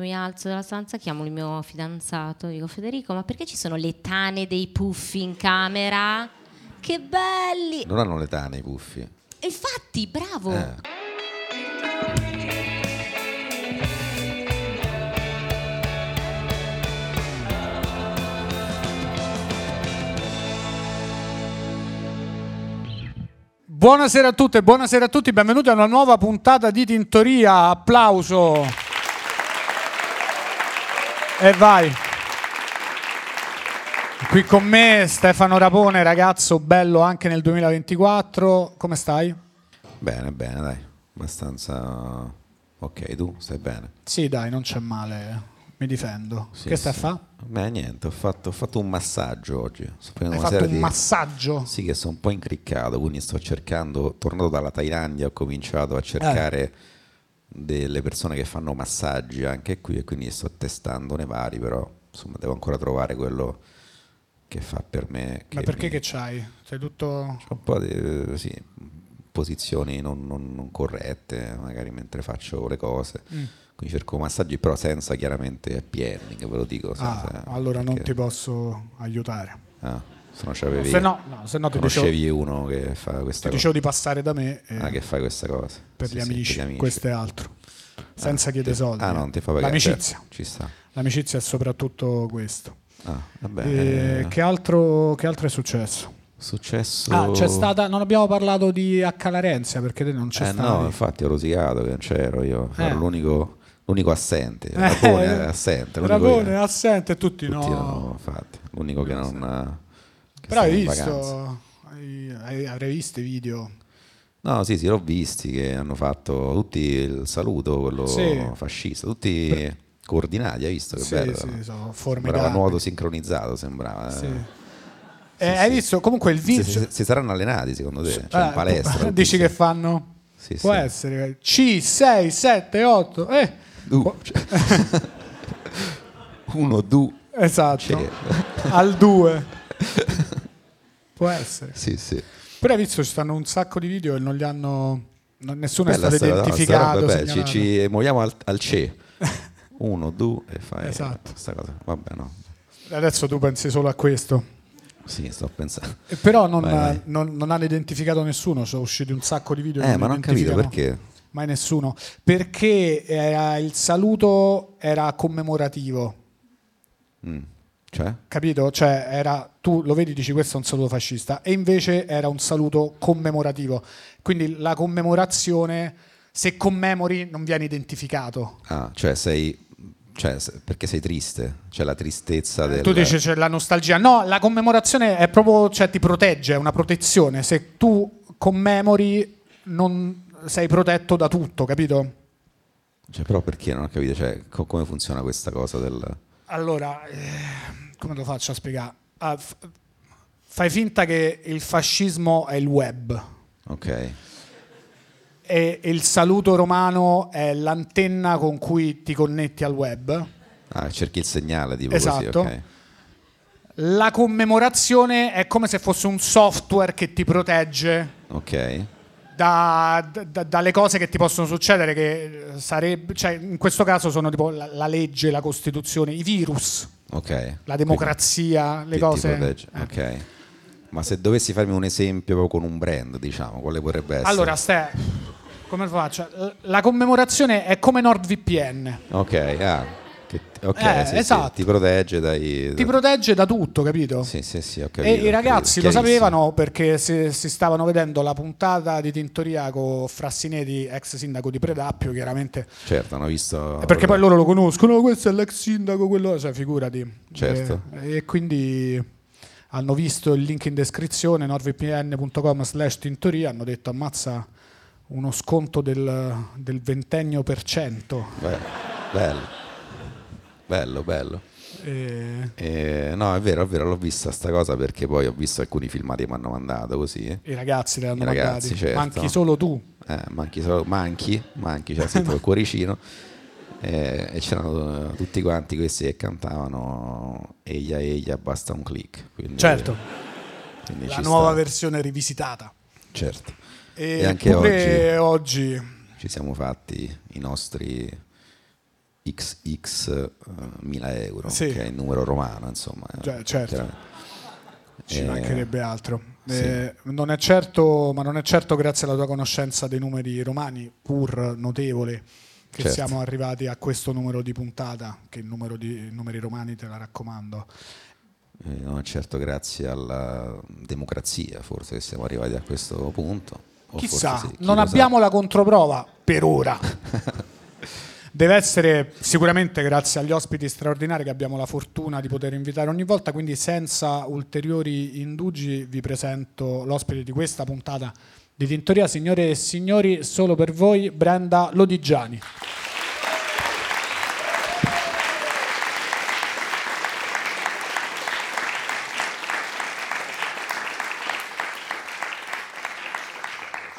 Mi alzo dalla stanza, chiamo il mio fidanzato, dico Federico, ma perché ci sono le tane dei puffi in camera? Che belli! Non hanno le tane i puffi. E Infatti, bravo! Eh. Buonasera a tutte, buonasera a tutti, benvenuti a una nuova puntata di Tintoria. Applauso. E vai. Qui con me Stefano Rapone, ragazzo bello anche nel 2024. Come stai? Bene, bene, dai. Abbastanza. Ok, tu stai bene. Sì, dai, non c'è male. Mi difendo. Sì, che stai sì. a fa? Beh, niente, ho fatto, ho fatto un massaggio oggi. Sto prendendo Hai una fatto serie un di- massaggio. Sì, che sono un po' incriccato, quindi sto cercando, tornato dalla Thailandia, ho cominciato a Eh. cercare delle persone che fanno massaggi anche qui e quindi sto testandone vari, però insomma devo ancora trovare quello che fa per me. Ma perché mi- che c'hai? Sei tutto C'ho un po' di eh, sì, posizioni non, non- non corrette, magari mentre faccio le cose. Mm. Quindi cerco massaggi, però senza chiaramente appealing, ve lo dico. Ah, senza- allora non perché- ti posso aiutare. ah, se no c'avevi- Se no, no, se no ti dicevo, conoscevi uno che fa questa cosa. ti dicevo di passare da me eh, Ah, che fa questa cosa. per, Sì, gli sì, amici, per gli amici. questo è altro. Senza Ah, chiedere ti- soldi. Ah, no, non ti fa pagare. L'amicizia. certo, ci sta. L'amicizia è soprattutto questo. Ah, vabbè. Eh, che, altro, che altro è successo? Successo. Ah, c'è stata. Non abbiamo parlato di H. Larenzia perché te non c'è Eh, stato. no, infatti ho rosicato che non c'ero io. Eh. Ero l'unico, l'unico assente. Rapone è assente. l'unico che- Rapone, assente, tutti, tutti no. erano, infatti. L'unico che non. Che Però stava hai in vacanza. visto. hai- hai- Avrei visto i video. No, sì, sì, l'ho visti che hanno fatto tutti il saluto, quello Sì. fascista, tutti coordinati, hai visto che Sì, bello? sì, sono sembrava formidabili. nuoto sincronizzato, sembrava. Sì. eh. Eh, hai visto comunque il Si, video. si- si saranno allenati secondo te? Cioè, Eh, in palestra? Dici che fanno? Sì, Può sì. essere C, 6, 7, 8. Eh, Du. Cioè- Uno, du. esatto. Cioè, Al 2. Può essere. Sì, sì. Però hai visto ci stanno un sacco di video e non li hanno non- nessuno Bella è sta- stato no, sta identificato, roba, beh, ci, segnalato. ci muoviamo al, al C. Uno, du e fai Esatto. sta cosa. Vabbè, no. Adesso tu pensi solo a questo. Sì, sto pensando. E però non, Vai, vai. non- non hanno identificato nessuno, sono usciti un sacco di video. e Eh, ma non ho capito identificano perché. Mai nessuno. Perché era- il saluto era commemorativo. Mm. Cioè? Capito? Cioè, era, tu lo vedi, dici questo è un saluto fascista, e invece era un saluto commemorativo. Quindi la commemorazione, se commemori, non viene identificato. Ah, cioè sei... Cioè, se- perché sei triste? C'è la tristezza del... Eh, Tu dici c'è la nostalgia. No, la commemorazione è proprio, cioè ti protegge, è una protezione. Se tu commemori, non sei protetto da tutto, capito? Cioè, però perché non ho capito? Cioè, co- come funziona questa cosa del... Allora, eh, come lo faccio a spiegare? Ah, f- fai finta che il fascismo è il web. Ok. E il saluto romano è l'antenna con cui ti connetti al web. Ah, cerchi il segnale tipo Esatto. così, ok. La commemorazione è come se fosse un software che ti protegge Ok. da- da- dalle cose che ti possono succedere, che sarebbe, cioè, in questo caso sono tipo la, la legge, la Costituzione, i virus, Ok. la democrazia, Quindi le ti- ti cose. Eh. protegge, ok. Ma se dovessi farmi un esempio proprio con un brand, diciamo, quale potrebbe essere? Allora, Ste, come faccio? La commemorazione è come NordVPN. Ok, ah, che ti- ok, Eh, sì, sì, esatto. ti protegge dai... Ti protegge da tutto, capito? sì, sì, sì, ho E capito, i ho ragazzi capito, lo chiarissimo. sapevano perché se- si stavano vedendo la puntata di Tintoria con Frassinetti, ex sindaco di Predappio, chiaramente. Certo, hanno visto... E Eh, perché poi loro lo conoscono, "Oh, questo è l'ex sindaco, quello, cioè figurati. Certo. E, e quindi hanno visto il link in descrizione nordvpn.com slash Tintoria, hanno detto ammazza uno sconto del, del ventennio per cento. Bello, bello, bello, bello. E, Eh, no, è vero, è vero, l'ho vista sta cosa perché poi ho visto alcuni filmati che mi hanno mandato così. Eh, I ragazzi te l'hanno I ragazzi, mandati. certo. Manchi solo tu. manchi, solo- manchi, manchi, c'era scritto il cuoricino. eh, e c'erano eh, tutti quanti questi che cantavano Eia Eia, basta un click. Quindi, Certo, quindi la Eh, ci nuova sta. versione rivisitata. Certo. E, E anche pure oggi. Ci siamo fatti i nostri XX eh, 1000 euro, Sì. che è il numero romano, insomma. Cioè, certo. chiaramente. Ci Eh, mancherebbe altro. sì. Eh, non è certo, ma non è certo grazie alla tua conoscenza dei numeri romani, pur notevole, che Certo. siamo arrivati a questo numero di puntata, che il numero di numeri romani te la raccomando. eh, non certo grazie alla democrazia, forse che siamo arrivati a questo punto. o Chissà, Boh, forse sì, chi non lo sa. abbiamo la controprova per ora. Deve essere sicuramente grazie agli ospiti straordinari che abbiamo la fortuna di poter invitare ogni volta, quindi senza ulteriori indugi vi presento l'ospite di questa puntata di Tintoria, signore e signori, solo per voi Brenda Lodigiani.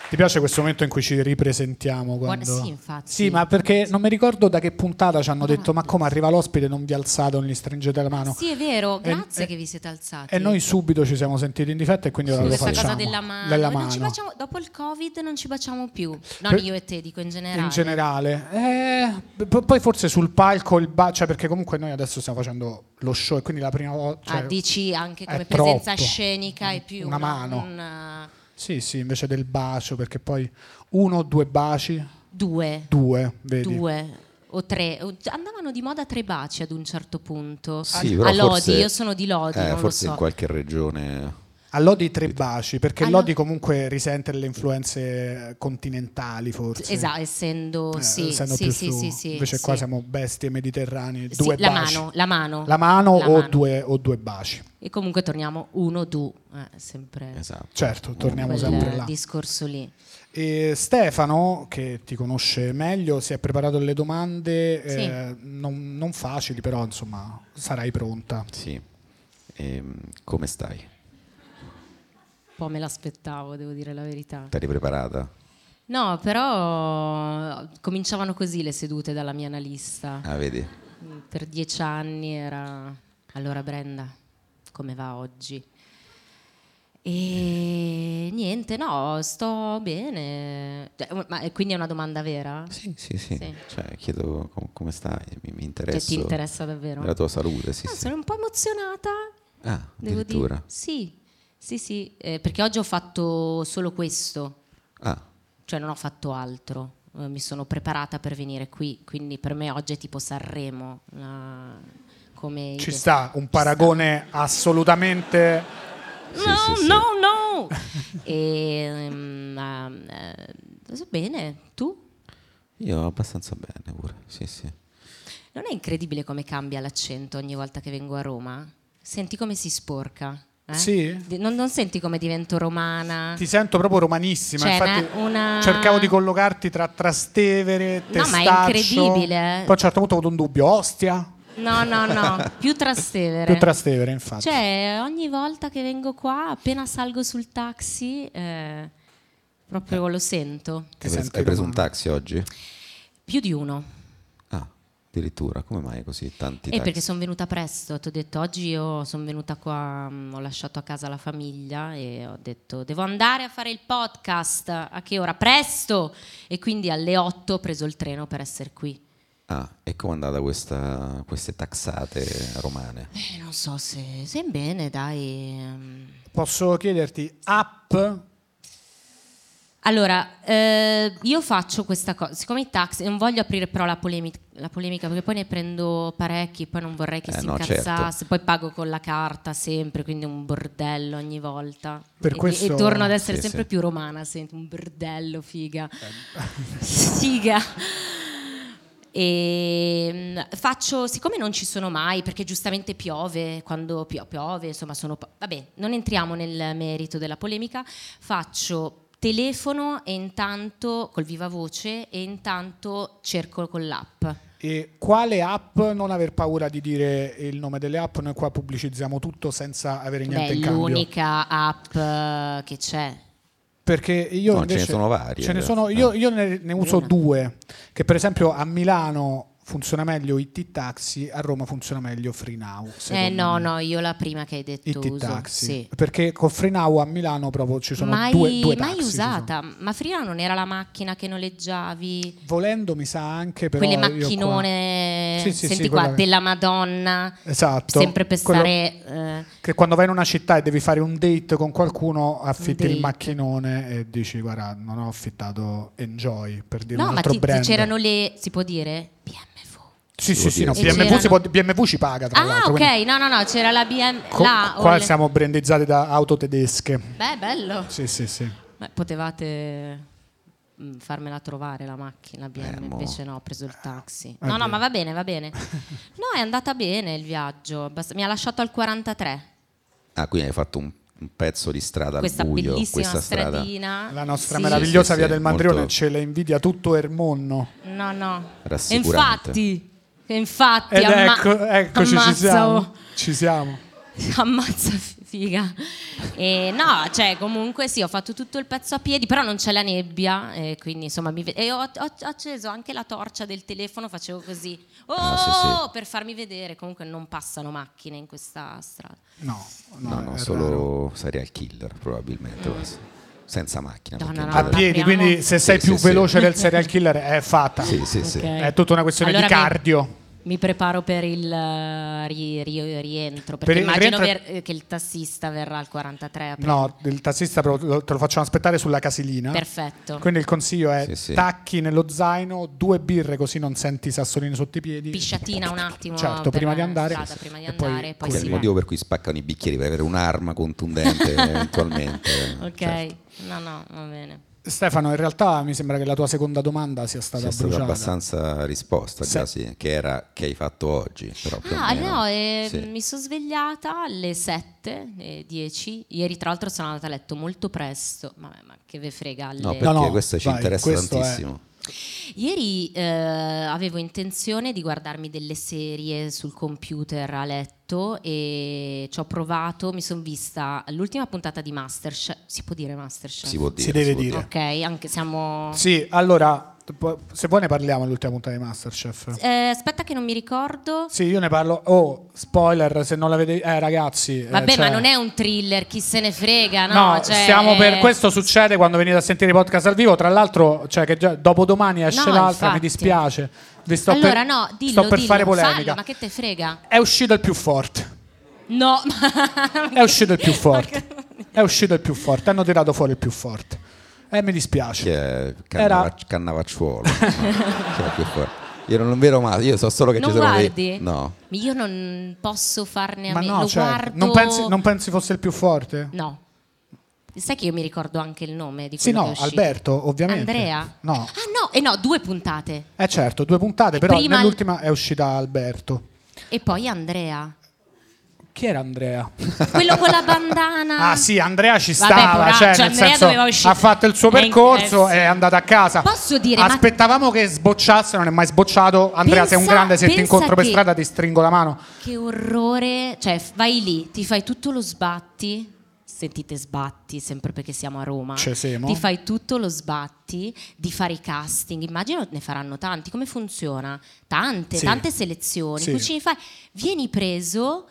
Ti piace questo momento in cui ci ripresentiamo? Quando... Guarda, sì, infatti. Ah. Sì, ma perché non mi ricordo da che puntata ci hanno detto, ma come arriva l'ospite non vi alzate, non gli stringete la mano. Sì, è vero, E- grazie e- che vi siete alzati. Eh, E noi subito ci siamo sentiti in difetto e quindi ora Sì, lo questa facciamo. cosa della mano, Della Non ci mano. baciamo- dopo il covid non ci baciamo più non Per- io e te dico in generale In generale, Eh, p- poi forse sul palco il ba- cioè perché comunque noi adesso stiamo facendo lo show e quindi la prima volta. Ah, dici anche cioè, è come presenza troppo. scenica e più Una no? mano. Un, eh, Sì, sì, invece del bacio perché poi uno, due baci, due, due, vedi. due o tre O- andavano di moda tre baci ad un certo Ah, punto Sì, a però a Lodi forse- io sono di Lodi eh, non lo forse so in qualche regione A Lodi tre baci perché Ah, no. Lodi comunque risente le influenze continentali forse. Esatto, essendo, Eh, sì, essendo sì, più sì, su. sì, sì, Invece sì. qua siamo bestie mediterranee, Sì, due la baci. mano, la mano. La mano La o, mano. Due, o due baci. E comunque torniamo uno, due, eh, sempre esatto. Certo, torniamo quel sempre là. discorso lì. E Stefano, che ti conosce meglio, si è preparato delle domande Sì. eh, non, non facili, però insomma sarai pronta. Sì. Ehm, come stai? Un po' me l'aspettavo, devo dire la verità. T'eri preparata? No, però cominciavano così le sedute dalla mia analista. Ah, vedi? Per dieci anni era allora Brenda, come va oggi? E niente, no, sto bene. Cioè, Ma eh, quindi è una domanda vera? Cioè, Sì, sì, sì. Sì. Cioè, chiedo com- come stai, mi, mi interessa. ti interessa davvero? La tua salute, sì, Ah, sì. Sono un po' emozionata Ah, Devo addirittura. dire sì, sì, sì, eh, perché oggi ho fatto solo questo, Ah, cioè non ho fatto altro. eh, mi sono preparata per venire qui, quindi per me oggi è tipo Sanremo. la- come Ci idea. sta un paragone assolutamente... No, Sì, sì, sì. no, no. e, ehm, ah, eh, so bene, tu? io abbastanza bene pure, sì, sì. Non è incredibile come cambia l'accento ogni volta che vengo a Roma? Senti come si sporca? eh? Sì? Di- Non, non senti come divento romana? Ti sento proprio romanissima, C'è infatti Ah. Cioè, una- una- cercavo di collocarti tra Trastevere, No, ma è Testaccio... incredibile, eh. Poi a un certo punto ho avuto un dubbio, Ostia? No, no, no, più Trastevere. Più Trastevere, infatti. Cioè, ogni volta che vengo qua, appena salgo sul taxi, eh, proprio lo sento. Ti hai, pres- senti hai preso un romana. taxi oggi? Più di uno. Ah, addirittura, come mai così tanti E taxi? Eh, perché sono venuta presto, ti ho detto oggi io sono venuta qua, mh, ho lasciato a casa la famiglia e ho detto devo andare a fare il podcast, a che ora? Presto! E quindi alle 8 ho preso il treno per essere qui. Ah, e com'è andata questa, queste taxate romane? Eh, non so se, se è bene, dai. ehm. Posso chiederti, app? Allora, eh, io faccio questa cosa, siccome i taxi, non voglio aprire però la, polemi- la polemica perché poi ne prendo parecchi, poi non vorrei che Eh, si no, certo. incazzasse, poi pago con la carta sempre, quindi un bordello ogni volta. Per e, questo- e torno ad essere Sì, sempre sì. più romana, sento un bordello, figa. Eh. figa. E mh, Ehm, faccio, siccome non ci sono mai, perché giustamente piove, quando pio- piove, insomma sono... po- Vabbè, non entriamo nel merito della polemica, faccio telefono e intanto col viva voce e intanto cerco con l'app. E quale app? Non aver paura di dire il nome delle app, noi qua pubblicizziamo tutto senza avere Beh, niente è in cambio. l'unica app eh, che c'è. Perché io No, ce invece, ne sono varie, eh. ce ne in sono- realtà. io, io ne, ne uso Una. due, che per esempio a Milano funziona meglio IT Taxi, a Roma funziona meglio Free Now. Eh secondo no, me. no, io la prima che hai detto IT uso. Taxi. Sì. Perché con Free Now a Milano proprio ci sono mai, due, due mai taxi, ci sono. usata, ma Frina non era la macchina che noleggiavi? Volendo mi sa anche però quelle io qua- macchinone come Sì, sì, senti sì, qua quella- della Madonna, Esatto. sempre per Quello- stare eh, Che quando vai in una città e devi fare un date con qualcuno, affitti il date. macchinone e dici: Guarda, non ho affittato Enjoy per dire eh. No, un ma altro ti- ti- brand. c'erano le si può dire PMV. Sì, sì, sì, no, E BMW, si c'erano- può- BMW ci paga tra Ah, l'altro. ok, quindi no, no, no, c'era la BM co- là, qua o le- siamo brandizzati da auto tedesche. Beh, bello. Sì, sì, sì. Ma potevate mm, farmela trovare la macchina BM, Eh, mo. invece no, ho preso il taxi. Ah, No, bene. no, ma va bene, va bene. No, è andata bene il viaggio, basta- mi ha lasciato al 43. Ah, quindi hai fatto un, un pezzo di strada questa al buio, bellissima questa strada. stradina. La nostra Ah. Sì. meravigliosa Sì, sì, via sì, del Mandrione molto- ce la invidia tutto Ermonno. No, no. E Rassicurante. Infatti, e infatti, Ed amma- ecco, eccoci, ci ammazza, siamo. oh. Ci siamo. Ammazza fi- figa. E no, cioè, comunque sì, ho fatto tutto il pezzo a piedi, però non c'è la nebbia, e quindi insomma mi ve- e ho, ho acceso anche la torcia del telefono, facevo così. Oh, Ah, sì, sì. per farmi vedere, comunque non passano macchine in questa strada. No, no, No, è no, raro. solo serial killer probabilmente. basta. Senza macchina. perché Donna, in Eh. no, genere- A vabbè. piedi, Parliamo- quindi se sei sì, più sì. veloce del serial killer è fatta. Sì, sì, sì. Ok. È tutta una questione Allora di mi- cardio. Mi preparo per il eh, ri- ri- rientro, perché Per il immagino rientro- ver- eh, che il tassista verrà al 43 aprile. No, il tassista però lo- te lo facciamo aspettare sulla casilina. Perfetto. Quindi il consiglio è Sì, sì. tacchi nello zaino, due birre così non senti i sassolini sotto i piedi. Pisciatina un attimo. Certo, per prima di la andare. strada, prima di E poi andare, poi Che è si il va. motivo per cui spaccano i bicchieri per avere un'arma contundente eventualmente. Ok, certo. no, no, va bene. Stefano, in realtà mi sembra che la tua seconda domanda sia stata C'è stata bruciata. abbastanza risposta, già Sì. sì, che era che hai fatto oggi. Però più o Ah, meno. no, eh, Sì. mi sono svegliata alle 7, eh, 10. Ieri, tra l'altro, sono andata a letto molto presto. Ma, ma che ve frega. alle- No, perché no, questa ci vai, interessa questo è- tantissimo. Ieri eh, avevo intenzione di guardarmi delle serie sul computer a letto e ci ho provato. Mi sono vista l'ultima puntata di Masterchef. Si può dire Masterchef? Si può dire. deve può dire. Ok, anche siamo. Sì, allora, po- se vuoi ne parliamo all'ultima puntata di Masterchef. Eh, aspetta, che non mi ricordo. Sì, io ne parlo. Oh, spoiler, se non la vedevi... Eh, ragazzi... eh, Vabbè, ma cioè- non è un thriller, chi se ne frega, no? No, Cioè, stiamo per eh, questo succede quando venite a sentire i podcast al vivo. Tra l'altro, cioè che già dopodomani esce No, l'altra, mi infatti. dispiace. Vi sto allora, per, no, dillo, sto per dillo, fare fallo, polemica. ma che te frega? È uscito il più forte. No, È uscito il più forte. È uscito il più forte. Hanno tirato fuori il più forte. E mi dispiace. Che è Cannava- Era- Cannavacciuolo. no? Che è più forte. Io non vedo male, io so solo che non ci sono dei- guardi? No. Io non posso farne a Ma meno, no, lo cioè, guardo... non, pensi, non pensi fosse il più forte? No. Sai che io mi ricordo anche il nome di Sì, quello che è no, uscito. Alberto, ovviamente. Andrea? No. Ah no, e no, due puntate. Eh certo, due puntate, però prima- nell'ultima è uscita Alberto. E poi Andrea. Chi era Andrea? Quello con la bandana. Ah sì, Andrea ci Vabbè, stava, poraccio, cioè, nel Andrea senso, doveva uscire. ha fatto il suo Ma in- percorso, eh, sì. è andato a casa. Posso dire, ma- Aspettavamo che sbocciasse, non è mai sbocciato. Andrea, sei un Pensa- grande, se ti pensa incontro per che- strada ti stringo la mano. Che orrore, cioè f- vai lì, ti fai tutto lo sbatti, sentite sbatti sempre perché siamo a Roma, Ci siamo. ti fai tutto lo sbatti di fare i casting, immagino ne faranno tanti, come funziona? Tante, Sì. tante selezioni, Sì. cucini, fai, vieni preso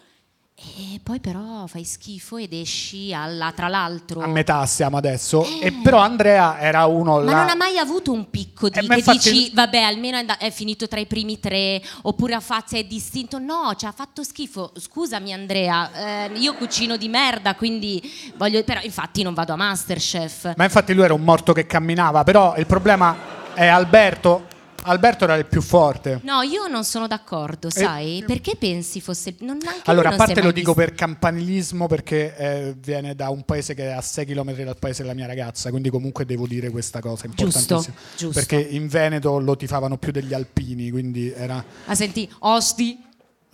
e poi però fai schifo ed esci alla, tra l'altro... A metà siamo adesso. E però Andrea era uno Eh. Ma là- non ha mai avuto un picco di Eh, ma che infatti- dici, vabbè, almeno è, and- è finito tra i primi tre, oppure ha fatto, è distinto. No, ci ha fatto schifo. Scusami, Andrea, eh, io cucino di merda, quindi voglio. Però, infatti, non vado a Masterchef. Ma infatti lui era un morto che camminava, però il problema è Alberto. Alberto era il più forte. No, io non sono d'accordo, sai? Perché pensi fosse. Non, anche lui Eh, Allora, a non si è parte mai lo dico visto. per campanilismo perché eh, viene da un paese che è a 6 km dal paese della mia ragazza, quindi comunque devo dire questa cosa importantissima. giusto. Perché in Veneto lo tifavano più degli alpini, quindi era Ah, senti, osti.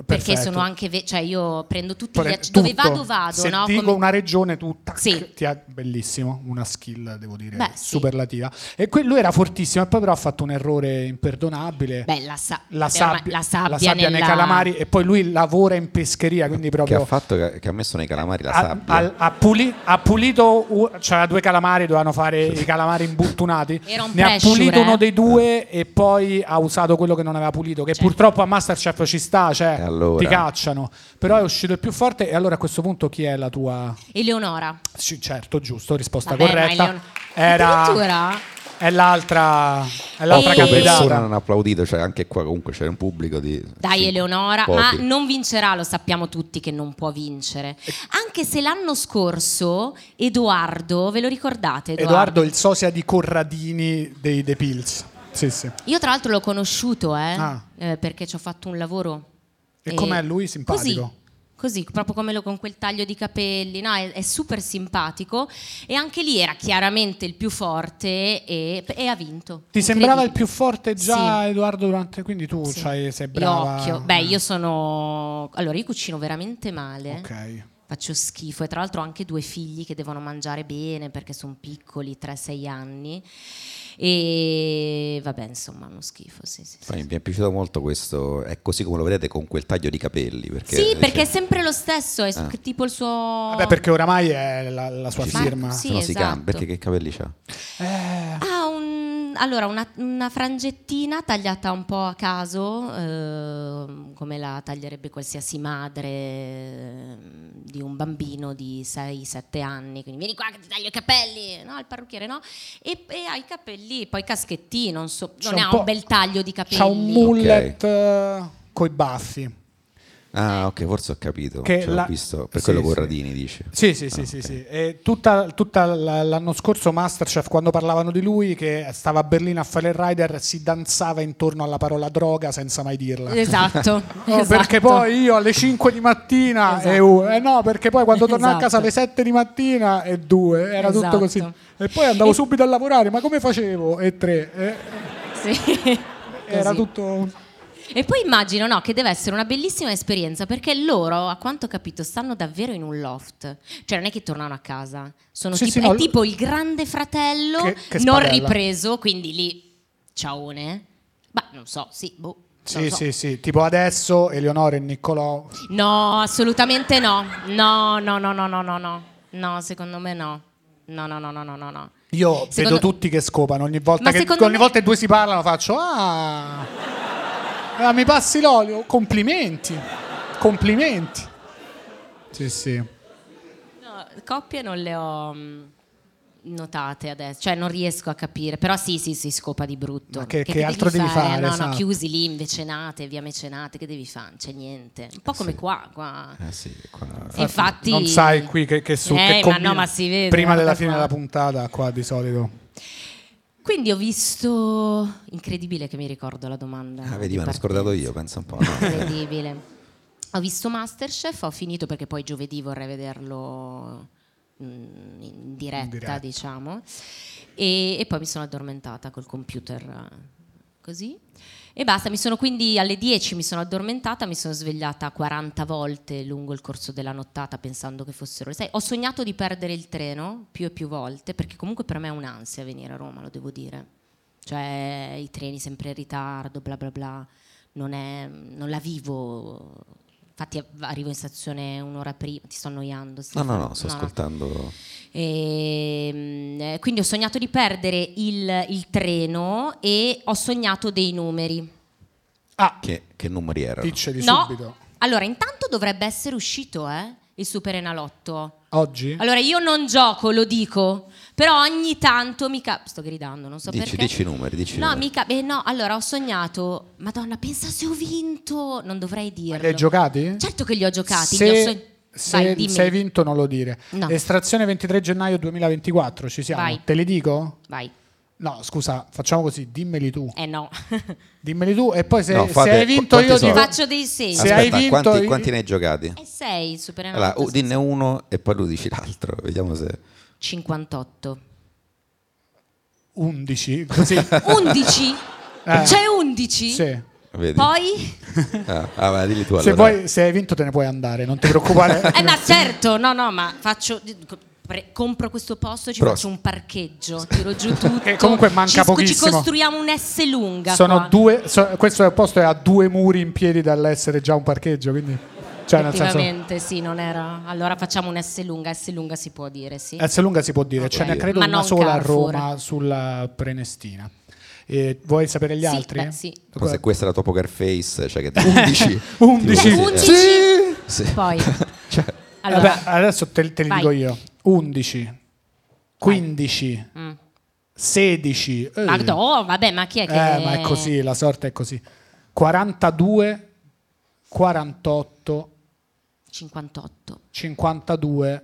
Perché Perfetto. sono anche. ve- cioè, io prendo tutti gli. Pre- ac- Dove tutto. vado, vado, Se no? dico Come- una regione tu tac, Sì. ti ha bellissimo, una skill devo dire Beh, sì. superlativa. E que- lui era fortissimo e poi però ha fatto un errore imperdonabile. Beh, la, sa- la beh, ormai- sabbia, la sabbia, la sabbia nei nella- calamari e poi lui lavora in pescheria, quindi Che proprio ha fatto che, che ha messo nei calamari la ha- sabbia. ha- ha puli- ha pulito, u- c'era due calamari, dovevano fare i calamari imbuttunati. Era un ne ha pressure, pulito eh. uno dei due e poi ha usato quello che non aveva pulito. Che Certo. purtroppo a Masterchef ci sta, cioè E allora? ti cacciano. Però è uscito il più forte. E allora a questo punto chi è la tua? Eleonora. Sì, certo, giusto, risposta Vabbè, ma corretta. Eleon- Era Addirittura? È l'altra, è l'altra Otto Altra persone candidata. hanno applaudito, cioè anche qua comunque c'era un pubblico di... Dai sì, Eleonora, pochi. ma non vincerà, lo sappiamo tutti che non può vincere. Anche se l'anno scorso Edoardo, ve lo ricordate? Edoardo, il sosia di Corradini dei The Pills. Sì, sì. Io tra l'altro l'ho conosciuto, eh, Ah. eh, perché ci ho fatto un lavoro. E com'è lui? Simpatico? Così, così, proprio come lo con quel taglio di capelli, no, è, è super simpatico e anche lì era chiaramente il più forte e, e ha vinto. Ti sembrava il Incredibile. più forte già Sì. Edoardo durante, quindi tu Sì. c'hai, eh, sei Io brava. Eh. occhio. Beh, io sono... Allora, io cucino veramente male. Ok. Faccio schifo e tra l'altro ho anche due figli che devono mangiare bene perché sono piccoli, 3-6 anni. E vabbè, insomma, uno schifo. Sì, sì, sì. Poi mi è piaciuto molto questo, è così come lo vedete con quel taglio di capelli. Perché, Sì, perché è cioè, sempre lo stesso, è su- Ah. tipo il suo... Vabbè, perché oramai è la, la sua Ci si- firma. sì. Ah, se no si esatto. cambia, perché che capelli c'ha? Eh, Ha Ah, un... Allora, una, una frangettina tagliata un po' a caso, ehm, come la taglierebbe qualsiasi madre ehm, di un bambino di 6-7 anni, quindi vieni qua che ti taglio i capelli, no, il parrucchiere no, e, e ha i capelli, poi caschetti, non so, C'è non un ha po'- un bel taglio di capelli. c'ha un mullet eh, coi baffi. Ah, ok, forse ho capito, Che ce l'ho la- visto, per sì, quello sì. Corradini dice. Sì, sì, Ah, sì, sì, ok. sì. E tutta, tutta l- l'anno scorso Masterchef, quando parlavano di lui, che stava a Berlino a fare il rider, si danzava intorno alla parola droga senza mai dirla. Esatto, No, esatto. Oh, Perché poi io alle 5 di mattina Esatto. e uh, eh no, perché poi quando tornavo a Esatto. casa alle 7 di mattina e 2, era tutto Esatto. così. E poi andavo E- subito a lavorare, ma come facevo? E 3, Sì. era Così. tutto E poi immagino no, che deve essere una bellissima esperienza perché loro, a quanto ho capito, stanno davvero in un loft. Cioè non è che tornano a casa. Sono Sì, tipo, sì, no, è l- tipo il grande fratello Che- che non spadella. ripreso, quindi lì, ciaone. Ma non so, sì, boh. non Sì, so. sì, sì, tipo adesso Eleonora e Niccolò. No, assolutamente no. No, no, no, no, no, no, no. No, secondo me no. No, no, no, no, no, no, no. Io vedo Secondo- tutti che scopano ogni volta Ma che secondo ogni me- volta che due si parlano faccio ah, ah, mi passi l'olio, complimenti. Complimenti. Sì, sì. No, coppie non le ho mm, notate adesso, cioè non riesco a capire, però sì, sì, si scopa di brutto. Ma che- che altro devi fare, No, esatto. no, chiusi lì, invecenate, via mecenate, che devi fare? Non c'è niente. Un po' come qua, qua. Eh sì, qua- E infatti... non sai qui che, che su Eh, che ma combina. no, ma si vede, prima guarda della fine qua. della puntata qua di solito Quindi ho visto... Incredibile che mi ricordo la domanda. Ah, vedi, di me l'ho partenza. scordato io, pensa un po'. no? Incredibile. Ho visto Masterchef, ho finito perché poi giovedì vorrei vederlo mm, in diretta, In diretta. diciamo. E, e poi mi sono addormentata col computer eh, così. E basta, mi sono quindi alle 10 mi sono addormentata, mi sono svegliata 40 volte lungo il corso della nottata pensando che fossero le 6. Ho sognato di perdere il treno più e più volte, perché comunque per me è un'ansia venire a Roma, lo devo dire. Cioè i treni sempre in ritardo, bla bla bla non, è- non la vivo. Infatti arrivo in stazione un'ora prima, ti sto annoiando. No, no, Stefano? no, sto ascoltando. Ehm, eh, quindi ho sognato di perdere il, il treno e ho sognato dei numeri. ah Che, che numeri erano? dice di no. subito Allora, intanto dovrebbe essere uscito eh, il Super Enalotto. oggi Allora, io non gioco, lo dico, però ogni tanto mi capita... Sto gridando, non so dici, perché. dici i numeri, dici i No, numeri. mica. Eh, no, allora ho sognato. Madonna, pensa se ho vinto. Non dovrei dirlo. li hai giocati? Certo che li ho giocati. se, li ho sog- se Vai, dimmi. sei vinto non lo dire No. estrazione 23 gennaio 2024 ci siamo Vai. te li dico? Vai. no scusa facciamo così dimmeli tu Eh no. dimmeli tu e poi se, No, fate- se hai vinto qu- io quanti dico Faccio dei segni. Se hai Aspetta, vinto quanti, i- quanti ne hai giocati? E sei, superano Allora, u- dinne uno e poi lui dici l'altro, vediamo se... 58. 11 così 11? Eh. C'è 11? Sì. Vedi? Poi? Ah, ah, vai, dilli tu allora. se, vuoi- se hai vinto te ne puoi andare non ti preoccupare Eh, ma certo, no, no, ma faccio... pre- Compro questo posto, ci Però- faccio un parcheggio, tiro giù tutto. Che comunque manca ci, pochissimo. Ci costruiamo un S lunga. Sono qua. due, so- questo posto è a due muri in piedi dall'essere già un parcheggio, quindi... Cioè, nel senso... Effettivamente, sì, non era. Allora facciamo un S lunga, S lunga si può dire, sì. S lunga si può dire, ce n'è Ok. credo Ma una non sola a Carrefour. Roma sulla Prenestina. E vuoi sapere gli Sì, altri? beh, sì. Però se questa è la topo face, cioè che da 11... 11. Sì, Beh, sì, eh, 11. Sì! eh, sì. Poi, Cioè, allora, Vabbè, adesso te, te li Vai. dico io. 11, 15, mm, 16. eh, Ma no, vabbè, ma chi è eh, che... ma è così, la sorte è così. 42, 48, 58. 52,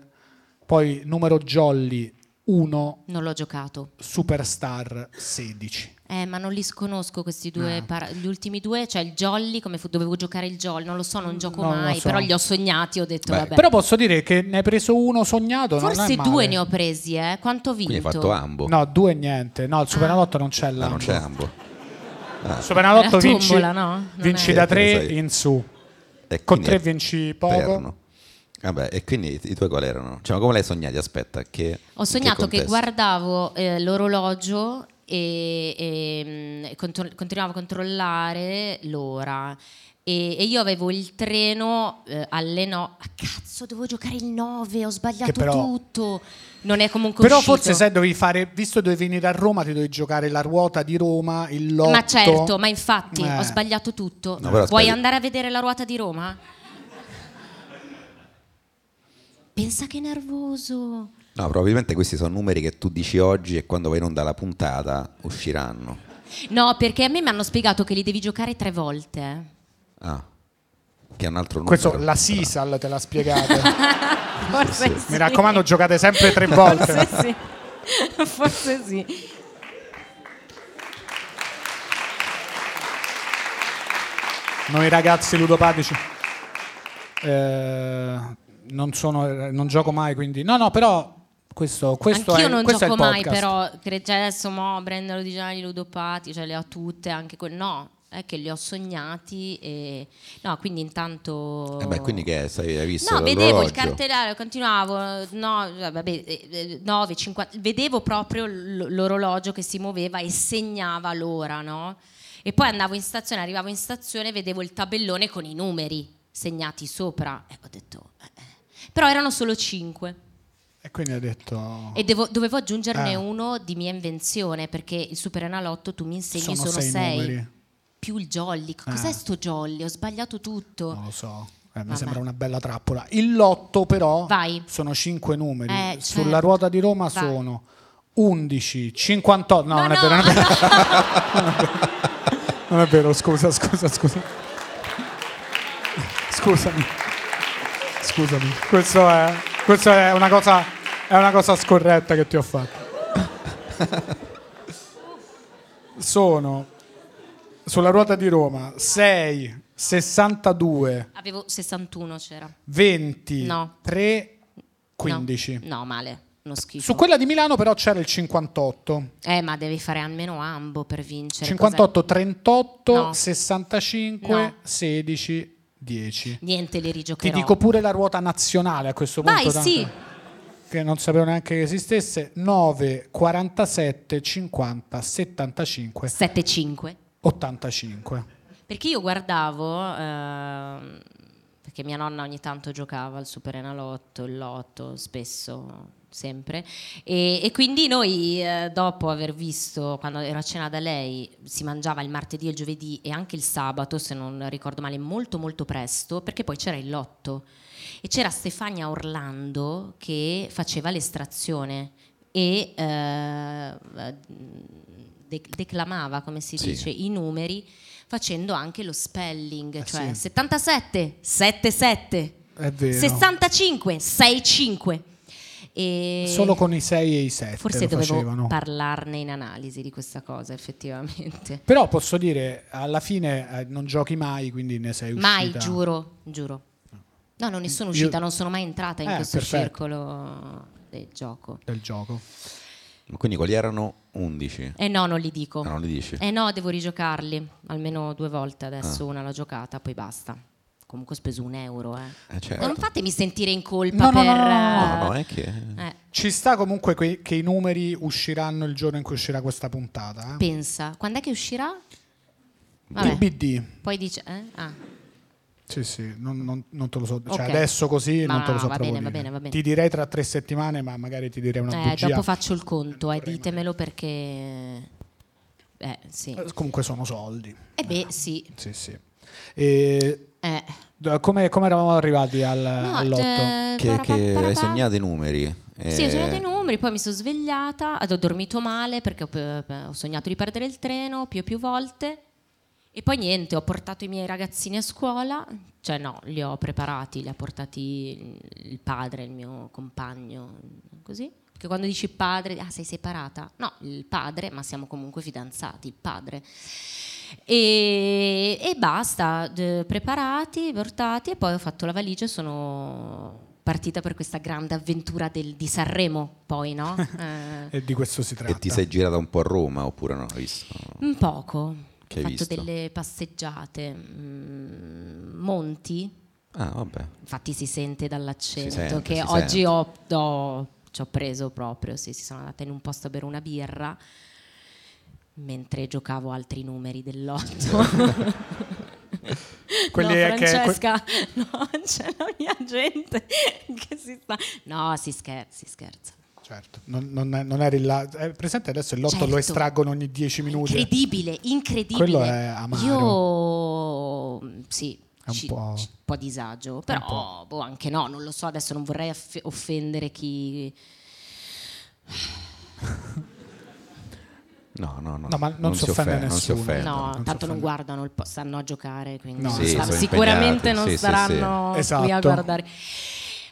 poi numero jolly 1, Non l'ho giocato. superstar 16. Eh, ma non li sconosco questi Eh. due, para- gli ultimi due, cioè il Jolly, come fu- dovevo giocare il Jolly, non lo so, non gioco Mm, Non lo mai, so. però li ho sognati, ho detto Beh, vabbè. Però posso dire che ne hai preso uno sognato, non è Forse male. due ne ho presi, eh. Quanto ho vinto? Quindi hai fatto ambo. No, due niente. No, il Superenalotto non c'è là. Ah, non c'è ambo. Il Superenalotto È la vinci, tombola, no? Non vinci è- da tre Sei. in su. E Con quindi tre è vinci poco. eterno. Vabbè, e quindi i- i tuoi quali erano? Cioè, ma come l'hai sognati? Aspetta, che... Ho sognato che, contesto? guardavo eh, l'orologio e, e, mm, contro- continuavo a controllare l'ora. E, e io avevo il treno eh, alle 9. cazzo, dovevo giocare il 9, ho sbagliato però- tutto. Non è comunque Però uscito. forse sai dovevi fare, visto dovevi venire a Roma, ti dovevi giocare la ruota di Roma, il lotto. Ma certo, ma infatti Eh. ho sbagliato tutto. No, però Vuoi sbagli- andare a vedere la ruota di Roma? Pensa che nervoso. No, probabilmente questi sono numeri che tu dici oggi e quando vai in onda la puntata usciranno. No, perché a me mi hanno spiegato che li devi giocare tre volte. Ah, che è un altro numero. Questo la Sisal te l'ha spiegato. Forse sì. Mi raccomando, giocate sempre tre volte. Forse sì. Forse sì. Noi ragazzi ludopatici. eh, non, sono, non gioco mai, quindi... No, no, però questo, questo Anch'io è, non questo è gioco il mai, podcast. però cre- cioè, adesso mo prendo di giornali ludopati, cioè le ho tutte, anche que- no, è che li ho sognati e no, quindi intanto Eh beh, quindi che è? Sai, hai visto No, vedevo il l'orologio? cartellario, continuavo, no, vabbè, eh, eh, 9, 50, vedevo proprio l- l'orologio che si muoveva e segnava l'ora, no? E poi andavo in stazione, arrivavo in stazione e vedevo il tabellone con i numeri segnati sopra e ho detto... eh, eh. Però erano solo 5 E quindi ho detto... e devo- dovevo aggiungerne Ah. uno di mia invenzione perché il superenalotto tu mi insegni Sono sono sei 6 numeri. Ah. più il jolly. Che Cos'è sto jolly? Ho sbagliato tutto. Non lo so. Eh, mi Vabbè. sembra una bella trappola. Il lotto, però, Vai. sono cinque numeri. Eh, Sulla certo. ruota di Roma Vai. sono 11, 58. No, No, non, È no. vero, non è vero. Non è vero, scusa, scusa, scusa. Scusami. Scusami. Questo è, questo è una cosa. È una cosa scorretta che ti ho fatto. Sono sulla ruota di Roma 6, 62, Avevo 61 c'era. 20, No. 3, No. 15. No, male, uno schifo. Su quella di Milano però c'era il 58. eh, ma devi fare almeno ambo per vincere. 58, 38, No. 65, No. 16, 10. Cos'è? Niente, li Ti rigiocherò. dico pure la ruota nazionale a questo punto. Vai, tanto- sì. Che non sapevo neanche che esistesse. 9, 47, 50, 75, 7-5. 85. Perché io guardavo, ehm, perché mia nonna ogni tanto giocava al superenalotto, il lotto, spesso, sempre, e, e quindi noi eh, dopo aver visto, quando ero a cena da lei, si mangiava il martedì e il giovedì e anche il sabato, se non ricordo male, molto molto presto, perché poi c'era il lotto. E c'era Stefania Orlando che faceva l'estrazione e eh, de- declamava, come si Sì. dice, i numeri facendo anche lo spelling, Eh, cioè sì. 77, 77, È vero. 65, 65. E Solo con i 6 e i 7 forse lo dovevo facevano. parlarne in analisi di questa cosa, effettivamente. Però posso dire, alla fine eh, non giochi mai, quindi ne sei uscita. Mai, giuro, giuro. No, non ne sono uscita, Io- non sono mai entrata in Eh, questo perfetto. circolo del gioco. Del gioco. Quindi quali erano 11? Eh no, non li dico. Ah, non li dici? Eh no, devo rigiocarli almeno due volte adesso, una l'ho giocata, poi basta. Comunque ho speso un euro, eh. Eh, certo. Ma Non fatemi sentire in colpa No, no, per... no, no, No, no, eh, è che... eh, Ci sta comunque que- che i numeri usciranno il giorno in cui uscirà questa puntata. Eh? pensa, quando è che uscirà? Vabbè, TBD. poi dice... eh? Ah, Sì, sì, non, non- non te lo so. Cioè, Ok. adesso così Ma non te lo so va proprio bene, va dire. bene, va bene. Ti direi tra tre settimane, ma magari ti direi una eh, bugia. dopo faccio il conto, eh, vorrei ditemelo perché... Eh, sì. Eh, Comunque sono soldi. Eh beh, sì. Sì, sì. E, Eh. d- come, come eravamo arrivati al, No, all'otto? eh, Che, parapara- che hai parapara- sognato i numeri Sì, ho sognato Eh, i numeri, poi mi sono svegliata, ho dormito male perché ho, ho sognato di perdere il treno più e più volte. E poi niente, ho portato i miei ragazzini a scuola, cioè no, li ho preparati, li ha portati il padre, il mio compagno, così. Che quando dici padre, ah sei separata? No, il padre, ma siamo comunque fidanzati, il padre. E, e basta, d- preparati, portati e poi ho fatto la valigia e sono partita per questa grande avventura del- di Sanremo, poi no? Eh, E di questo si tratta. E ti sei girata un po' a Roma oppure non ho visto? un poco, Che ho hai fatto visto? delle passeggiate, mm, monti, Ah, vabbè. infatti si sente dall'accento Si sente, che si oggi sente. ho, ho- ci ho preso proprio, sì, si sono andata in un posto a bere una birra mentre giocavo altri numeri dell'otto. Quelli no, è che- Francesca, no, c'è la mia gente che si sta... No, si scherza, si scherza. Certo, non, non, non eri là. È presente adesso il lotto Certo. lo estraggono ogni 10 minuti. Incredibile, incredibile. Quello è amaro. Io sì, È un ci- ci- po'- un po', disagio, però po'. boh, anche no, non lo so, adesso non vorrei aff- offendere chi No, no, no. No, ma non si offende Non si nessuno. offende. no, non so tanto non fare. guardano il po- stanno a giocare, quindi No, non Sì, stanno- sono sicuramente impegnati, non sì, sì, staranno sì. qui a Esatto. guardare.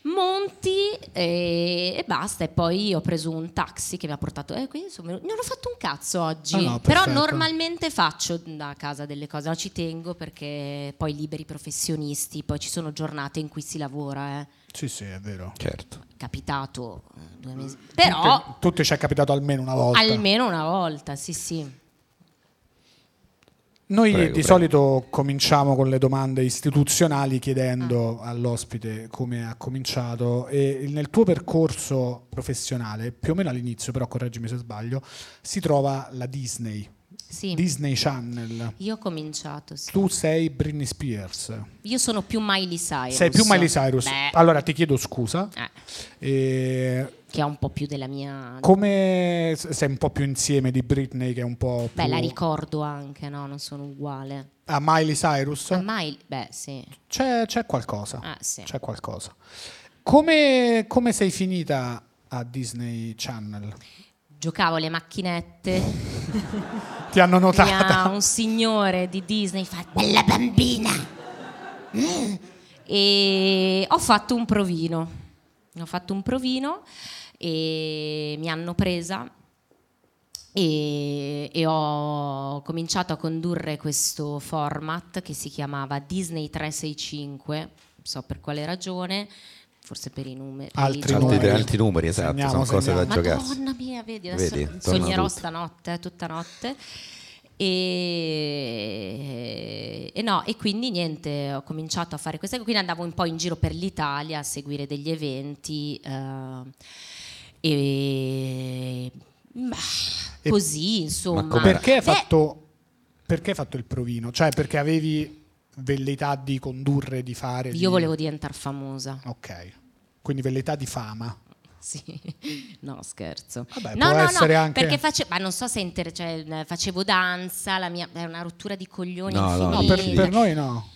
Monti eh, e, e basta, e poi ho preso un taxi che mi ha portato. eh, quindi sono venuta- non ho fatto un cazzo oggi, Ah, no, però perfetto. normalmente faccio da casa delle cose, no, ci tengo perché poi liberi professionisti, poi ci sono giornate in cui si lavora. Eh. Sì, sì, è vero. Certo. Capitato eh, due mesi, però Tutti- tutti ci è capitato almeno una Mm, volta. almeno una volta, sì, sì. Noi Prego, di prego. solito cominciamo con le domande istituzionali chiedendo Ah. all'ospite come ha cominciato e nel tuo percorso professionale, più o meno all'inizio, però correggimi se sbaglio, si trova la Disney, sì. Disney Channel. Io ho cominciato, sì. Tu sei Britney Spears, Io sono più Miley Cyrus. sei più Miley Cyrus. Beh, Allora ti chiedo scusa. eh, E che ha un po' più della mia... come sei un po' più insieme di Britney che è un po' più Beh, la ricordo anche, no? Non sono uguale. a Miley Cyrus? A Miley... Beh, sì. C'è, c'è qualcosa. Ah, sì. C'è qualcosa. Come, come sei finita a Disney Channel? Giocavo alle macchinette. Ti hanno Mia, notata? un signore di Disney fa... Bella bambina! Mm. E ho fatto un provino. Ho fatto un provino e mi hanno presa e, e ho cominciato a condurre questo format che si chiamava Disney 365, non so per quale ragione, forse per i numeri. Altri i Altri, numeri. altri numeri, esatto, Segniamo, sono cose da segniamo. giocarsi. Madonna mia, vedi, adesso Vedi, torna sognerò tutto. stanotte, eh, tutta notte. E, e no, e quindi niente, ho cominciato a fare queste cose, quindi andavo un po' in giro per l'Italia a seguire degli eventi eh, e bah, E- così, insomma. com'era? Perché hai, Beh, fatto, perché hai fatto il provino? Cioè, perché avevi velleità di condurre, di fare? di- io volevo diventare famosa. Ok, quindi velleità di fama. Sì, no scherzo. Vabbè, no, Eh, può no, essere no, anche- perché face- ma non so se inter- cioè, eh, facevo danza, la mia è una rottura di coglioni No, no, No, infinita. per, per noi no.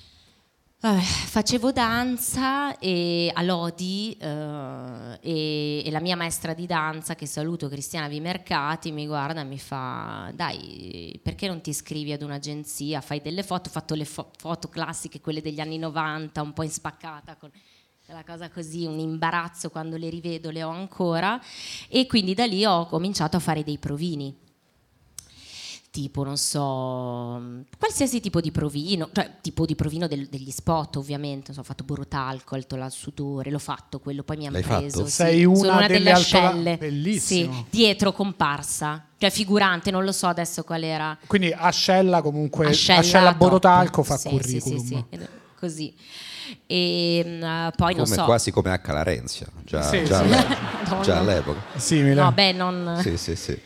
Vabbè, facevo danza e a Lodi eh, e, e la mia maestra di danza, che saluto Cristiana Vimercati, mi guarda e mi fa: Dai, perché non ti iscrivi ad un'agenzia? Fai delle foto. Ho fatto le fo- foto classiche, quelle degli anni 90, un po' in spaccata con la cosa così, un imbarazzo quando le rivedo, le ho ancora. E quindi da lì ho cominciato a fare dei provini tipo, non so, mh, qualsiasi tipo di provino, cioè tipo di provino del- degli spot ovviamente, non so, ho fatto Borotalco, Alto al Sudore, l'ho fatto quello, poi mi hanno L'hai fatto? preso. sì. Sei una Sono una delle delle, altola- ascelle. Bellissimo. Sì, dietro comparsa, cioè figurante, non lo so adesso qual era. Quindi Ascella comunque, Ascella, Ascella, top. Borotalco fa Sì, sì, curriculum. sì, sì, ed- Così. E mh, poi non Come, so... Quasi come a Calarenzia, già, Sì, già sì. all'epoca. già Madonna. all'epoca. Simile. No, beh, non... Sì, sì, sì.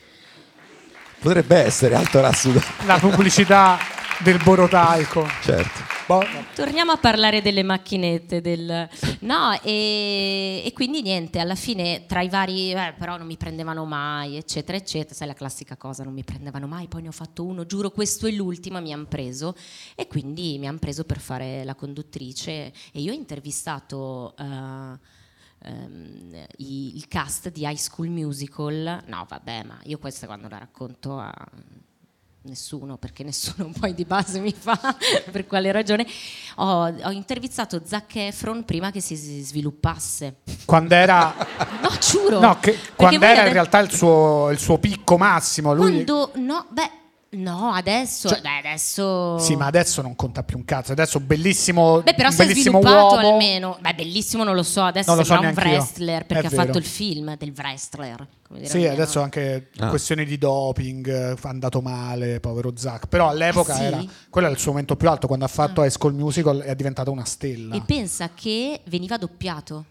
Potrebbe essere alto lassù, La pubblicità del Borotalco. certo. Bo- Torniamo a parlare delle macchinette. Del... No, e, e quindi niente, alla fine tra i vari, eh, però non mi prendevano mai, eccetera, eccetera. Sai la classica cosa, non mi prendevano mai, poi ne ho fatto uno, giuro questo è l'ultimo, mi hanno preso. E quindi mi hanno preso per fare la conduttrice e io ho intervistato... eh, ehm, i- il cast di High School Musical. No, vabbè, ma io questa quando la racconto a nessuno, perché nessuno poi di base mi fa per quale ragione. Ho, ho intervistato Zac Efron prima che si si sviluppasse. Quando era, No, giuro. no, che- Esatto. Perché quando voi era in adesso- realtà il suo, il suo picco massimo, lui... Quando no, beh, no, adesso, Cioè- beh, adesso Sì, ma adesso non conta più un cazzo. Adesso bellissimo, Beh, però un si è bellissimo sviluppato uomo. almeno. Beh, bellissimo, non lo so. Adesso Non lo so sembra un neanche io. wrestler perché È ha vero. fatto il film del wrestler. Come dire, Sì, almeno. adesso anche Ah. questioni di doping, eh, è andato male, povero Zach. Però all'epoca Ah, sì? Ah. era quello era il suo momento più alto quando ha fatto High School Musical e è diventata una stella. E pensa che veniva doppiato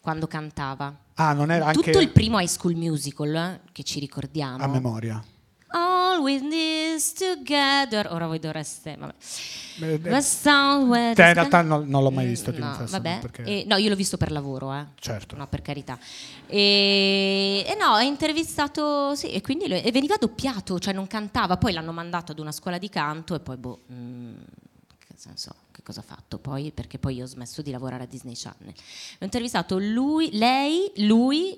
quando cantava. Ah, non era anche Tutto il primo high school musical eh, che ci ricordiamo. a memoria. All we this together. Ora voi dovreste. Vabbè. Eh, eh, Must always- Cioè, in realtà non- non l'ho mai visto, ti Mm, no, confesso, vabbè. perché- Eh, no, io l'ho visto per lavoro, eh. Certo. No, per carità. E, e no, è intervistato, sì, e quindi lo- e veniva doppiato, cioè non cantava, poi l'hanno mandato ad una scuola di canto e poi, boh, mm, che senso, che cosa ha fatto poi? Perché poi io ho smesso di lavorare a Disney Channel. Ho intervistato lui, lei, lui,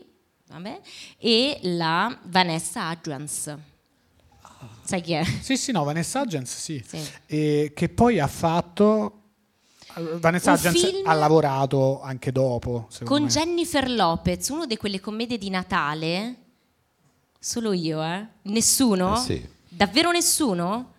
vabbè, e la Vanessa Adrians. Sai chi è? Sì, sì, no, Vanessa Hudgens, sì. Sì. E che poi ha fatto Vanessa Un Hudgens film- ha lavorato anche dopo, secondo Con me. Jennifer Lopez, una di quelle commedie di Natale. Solo io, eh? Nessuno? Eh sì. Davvero nessuno?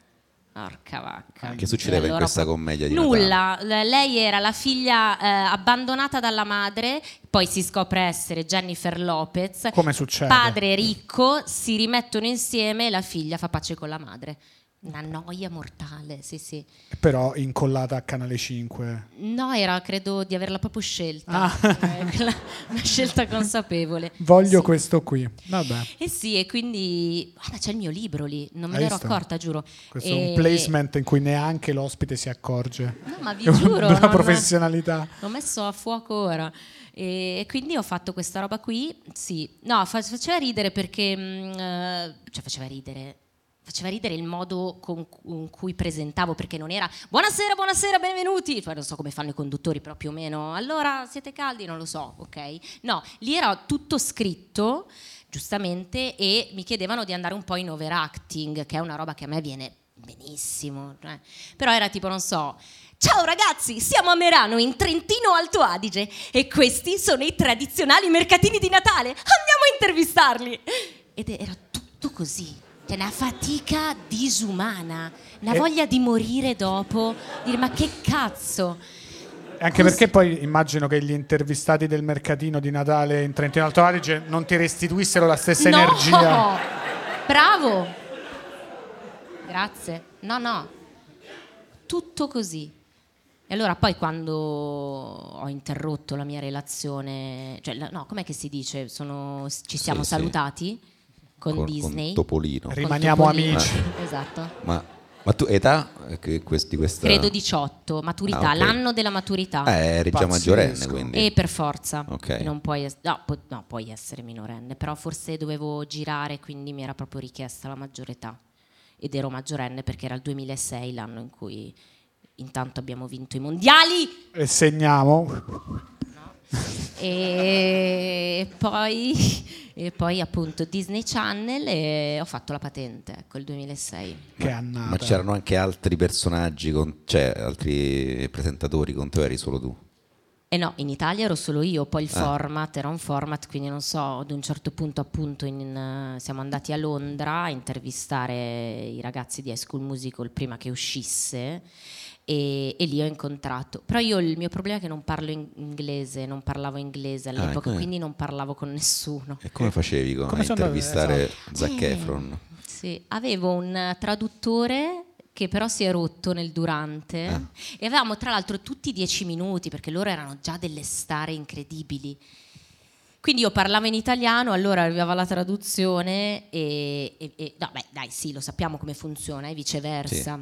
Porca vacca. Che succedeva in Allora, questa commedia di Natale? Nulla, L- lei era la figlia eh, abbandonata dalla madre, poi si scopre essere Jennifer Lopez. Come succede? Padre ricco, si rimettono insieme e la figlia fa pace con la madre. Una noia mortale, sì sì. Però incollata a Canale 5. No, era credo di averla proprio scelta, Ah. Eh, quella- una scelta consapevole. Voglio Sì. questo qui. Vabbè. Eh sì, e quindi guarda, c'è il mio libro lì, non me Hai ne ero visto? accorta, giuro. Questo è E- un placement in cui neanche l'ospite si accorge. No, ma vi È una giuro, bella non- professionalità. L'ho messo a fuoco ora. E quindi ho fatto questa roba qui. Sì, no, fa- faceva ridere perché. mh, eh, cioè, faceva ridere. Faceva ridere il modo con, cu- con cui presentavo, perché non era buonasera, buonasera, benvenuti. Cioè, non so come fanno i conduttori, però più o meno. Allora siete caldi? Non lo so, ok? No, lì era tutto scritto, giustamente, e mi chiedevano di andare un po' in overacting, che è una roba che a me viene benissimo. cioè. Però era tipo, non so, Ciao ragazzi, siamo a Merano in Trentino Alto Adige e questi sono i tradizionali mercatini di Natale. Andiamo a intervistarli. Ed era tutto così. Cioè, una fatica disumana, una E- voglia di morire dopo, dire ma che cazzo. Anche Così- perché poi immagino che gli intervistati del mercatino di Natale in Trentino Alto Adige non ti restituissero la stessa energia. No! Bravo! Grazie. No, no. Tutto così. E allora poi quando ho interrotto la mia relazione, cioè la- no, com'è che si dice? Sono- ci siamo sì. salutati con, Disney. con Topolino. Ri- Rimaniamo Topolino. amici. Esatto. Ma, ma tu età eh, che quest- di questa... Credo 18, maturità, Ah, ok. l'anno della maturità. Eh, eri già Pazzesco. maggiorenne, quindi. E per forza, Ok. non puoi, es- no, pu- no, puoi essere minorenne, però forse dovevo girare, quindi mi era proprio richiesta la maggiore età. Ed ero maggiorenne perché era il 2006 l'anno in cui intanto abbiamo vinto i mondiali E segniamo. e poi, e poi appunto Disney Channel e ho fatto la patente, ecco il 2006. Che annata. Ma c'erano anche altri personaggi, con- cioè altri presentatori con te o eri solo tu? E Eh no, in Italia ero solo io, poi Eh. il format era un format, quindi non so, ad un certo punto appunto in- eh, siamo andati a Londra a intervistare i ragazzi di High School Musical prima che uscisse e, e lì ho incontrato. Però io il mio problema è che non parlo in- inglese, non parlavo inglese all'epoca, ecco. Eh. quindi non parlavo con nessuno. E come facevi con- Come a sono- esatto. intervistare Zac Eh, Efron? Sì, avevo un eh, traduttore che però si è rotto nel durante Ah. e avevamo tra l'altro tutti dieci minuti perché loro erano già delle stare incredibili. Quindi io parlavo in italiano, allora arrivava la traduzione e, e- e- no, beh, dai, sì, lo sappiamo come funziona e viceversa.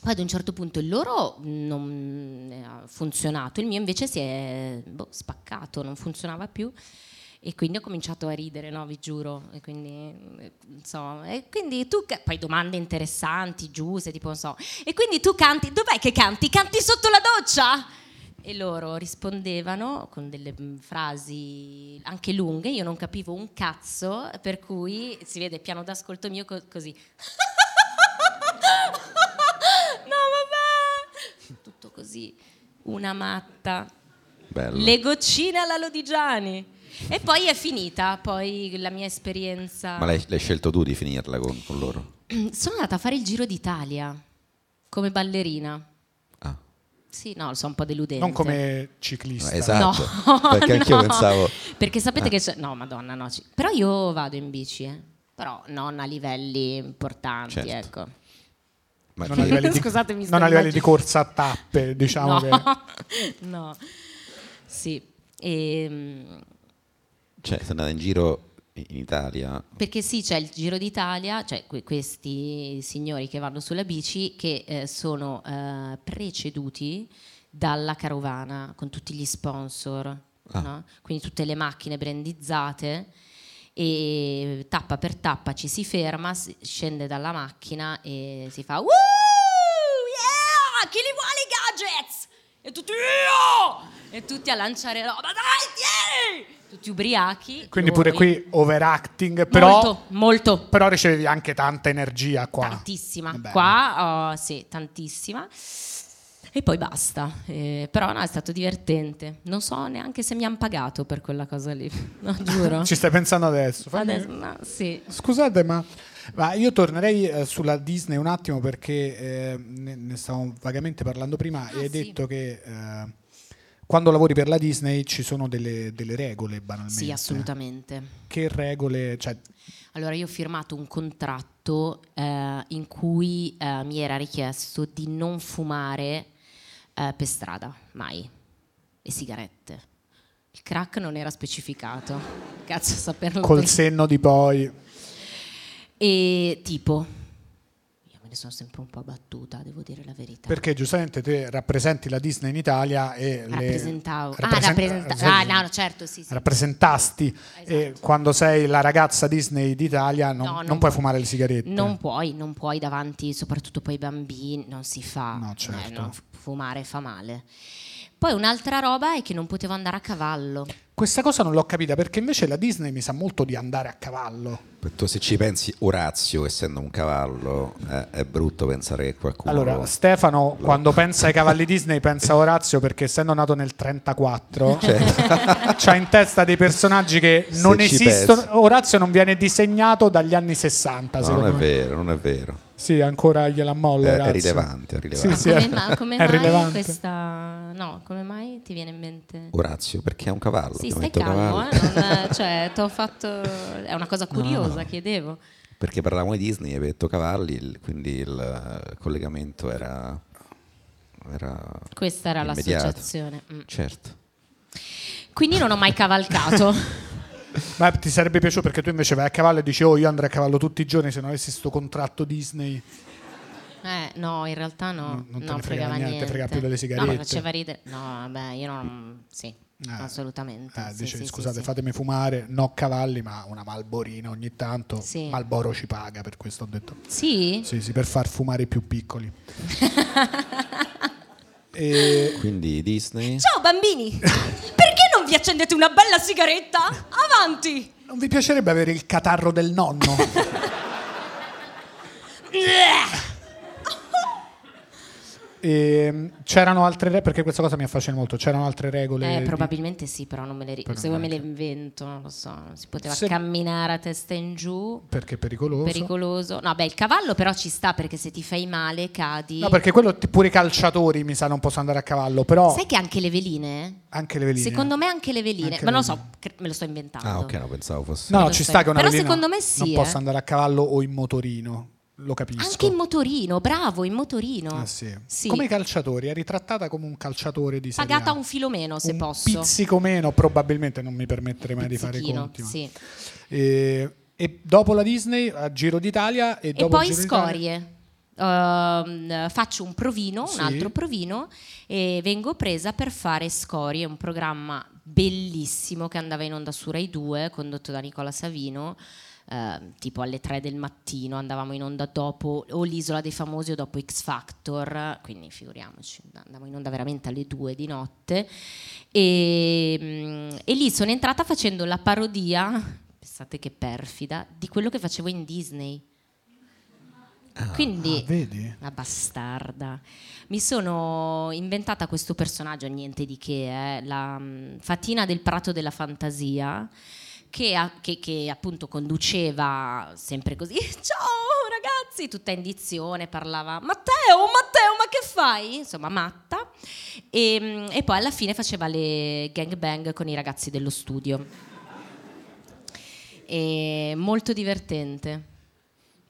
Poi ad un certo punto il loro non eh, ha funzionato, il mio invece si è boh, spaccato, non funzionava più. E quindi ho cominciato a ridere, no, vi giuro. E quindi, eh, non so, e quindi tu, ca- poi domande interessanti, giuse, tipo, non so. E quindi tu canti, dov'è che canti? Canti sotto la doccia? e loro rispondevano con delle mh, frasi anche lunghe, io non capivo un cazzo, per cui si vede il piano d'ascolto mio co- così. no, vabbè! Tutto così, una matta. Bello. Le goccine alla Lodigiani. E poi è finita, poi la mia esperienza. Ma l'hai, l'hai scelto tu di finirla con, con loro? Sono andata a fare il giro d'Italia come ballerina. Ah. Sì, no, sono un po' deludente. Non come ciclista. Eh, esatto. Perché anch'io no. pensavo- Ah. Perché sapete che c'è... No, madonna, no. ci- Però io vado in bici, eh. Però non a livelli importanti, Certo. ecco. Ma Non chi- a livelli di, Scusatemi, sto non a livelli immagin- di corsa a tappe, diciamo che... no. no. Sì. Ehm, Cioè, sei andata in giro in in Italia. Perché sì, c'è il Giro d'Italia, cioè que- questi signori che vanno sulla bici che eh, sono eh, preceduti dalla carovana con tutti gli sponsor, Ah. no? quindi tutte le macchine brandizzate e tappa per tappa ci si ferma, si- scende dalla macchina e si fa "Woo! Yeah! Chi li vuole i gadgets?" E tutti "Io!" e tutti a lanciare roba, dai, tieni! Tutti ubriachi. Oh, Quindi pure loro- qui overacting, però, Molto, molto. però ricevi anche tanta energia qua. Tantissima. Vabbè. Qua, oh, sì, tantissima. E poi basta. Eh, però no, è stato divertente. Non so neanche se mi hanno pagato per quella cosa lì. No, giuro. Ci stai pensando adesso? Fammi- Adesso, no, sì. Scusate, ma, ma io tornerei eh, sulla Disney un attimo perché eh, ne, ne stavamo vagamente parlando prima e hai Ah, sì. detto che eh, quando lavori per la Disney ci sono delle, delle regole banalmente. Sì, assolutamente. Che regole? Cioè, Allora, io ho firmato un contratto eh, in cui eh, mi era richiesto di non fumare eh, per strada, mai, e sigarette. Il crack non era specificato, cazzo a saperlo. col per- senno di poi... E tipo, io me ne sono sempre un po' battuta, devo dire la verità. Perché giustamente te rappresenti la Disney in Italia e... le- cioè, Rappresentavo. rappresen- ah, rappresentavo. Ah, no, no, certo, sì, sì. rappresentasti e quando sei la ragazza Disney d'Italia non, No, non non puoi pu- fumare le sigarette. Non puoi, non puoi davanti, soprattutto poi ai bambini, non si fa. Cioè, No, certo. non f- fumare fa male. Poi un'altra roba è che non potevo andare a cavallo. Questa cosa non l'ho capita perché invece la Disney mi sa molto di andare a cavallo. Tu se ci pensi, Orazio, essendo un cavallo, eh, è brutto pensare che qualcuno... Allora, Stefano, quando pensa ai cavalli Disney, pensa a Orazio perché essendo nato nel 34, c'ha in testa dei personaggi che Se non ci esistono. pensi. Orazio non viene disegnato dagli anni 60, No, secondo non è me. vero, non è vero. Sì, ancora gliela molla. È- è Orazio. rilevante, è rilevante. Sì, sì, Come, ma- come è mai rilevante. questa. No, come mai ti viene in mente? Orazio, perché è un cavallo. Sì, abbiamo stai detto calmo, cavallo. eh, non- cioè, t'ho fatto. È una cosa curiosa, chiedevo. Perché parlavamo di Disney, hai detto cavalli, il- quindi il eh, collegamento era... era Questa era immediato. l'associazione. mm. Certo. Quindi non ho mai cavalcato. Ma ti sarebbe piaciuto perché tu invece vai a cavallo e dici oh io andrei a cavallo tutti i giorni se non avessi sto contratto Disney. eh, no, in realtà no. No, non te no, ne fregava fregava niente, niente. frega più delle No, sigarette. mi faceva ridere. No, vabbè, io non. Sì, assolutamente. Eh, sì, dicevi, sì, sì, scusate sì. fatemi fumare, no cavalli ma una malborina ogni tanto. Sì. Malboro ci paga per questo ho detto. Sì? Sì, sì, per far fumare i più piccoli. E- Quindi Disney... Ciao bambini! Perché non vi accendete una bella sigaretta? Avanti! non vi piacerebbe avere il catarro del nonno? E, Ehm, c'erano altre regole, perché questa cosa mi affascina molto, c'erano altre regole. Eh, di- probabilmente sì, però non me le ricordo. Però Se voi me le neanche. invento, non lo so. Non si poteva Se- camminare a testa in giù. Perché è pericoloso. Pericoloso. No, beh, il cavallo però ci sta perché se ti fai male cadi. No, perché quello t- pure i calciatori mi sa non possono andare a cavallo, però Sai che anche le veline? anche le veline. Secondo me anche le veline, Anche ma non le lo so, cre- me lo sto inventando. Ah, ok, no, pensavo fosse... No, Non ci so. sta che una Però velina secondo me sì, non eh. possa andare a cavallo o in motorino, lo capisco. Anche in motorino, bravo, in motorino. Ah, sì. sì. Come i calciatori, è ritrattata come un calciatore di serie Pagata A. un filo meno, se un posso. pizzico meno, probabilmente non mi permetterei mai di fare i Pizzichino, conti. ma- sì. E, e dopo la Disney, a Giro d'Italia e, E dopo poi il Giro d'Italia- scorie. Ehm, faccio un provino, Sì. un altro provino e vengo presa per fare Scorie, un programma bellissimo che andava in onda su Rai 2 condotto da Nicola Savino eh, tipo alle 3 del mattino, andavamo in onda dopo o l'isola dei famosi o dopo X Factor, quindi figuriamoci, andavamo in onda veramente alle 2 di notte e, mm, e lì sono entrata facendo la parodia, pensate che perfida, di quello che facevo in Disney. Quindi Ah, vedi? una bastarda. Mi sono inventata questo personaggio, niente di che, eh, la mm, Fatina del Prato della Fantasia, che, a- che- che appunto conduceva sempre così, ciao ragazzi, tutta in dizione, parlava Matteo, Matteo, ma che fai? Insomma, matta. E, mm, e poi alla fine faceva le gangbang con i ragazzi dello studio. E molto divertente.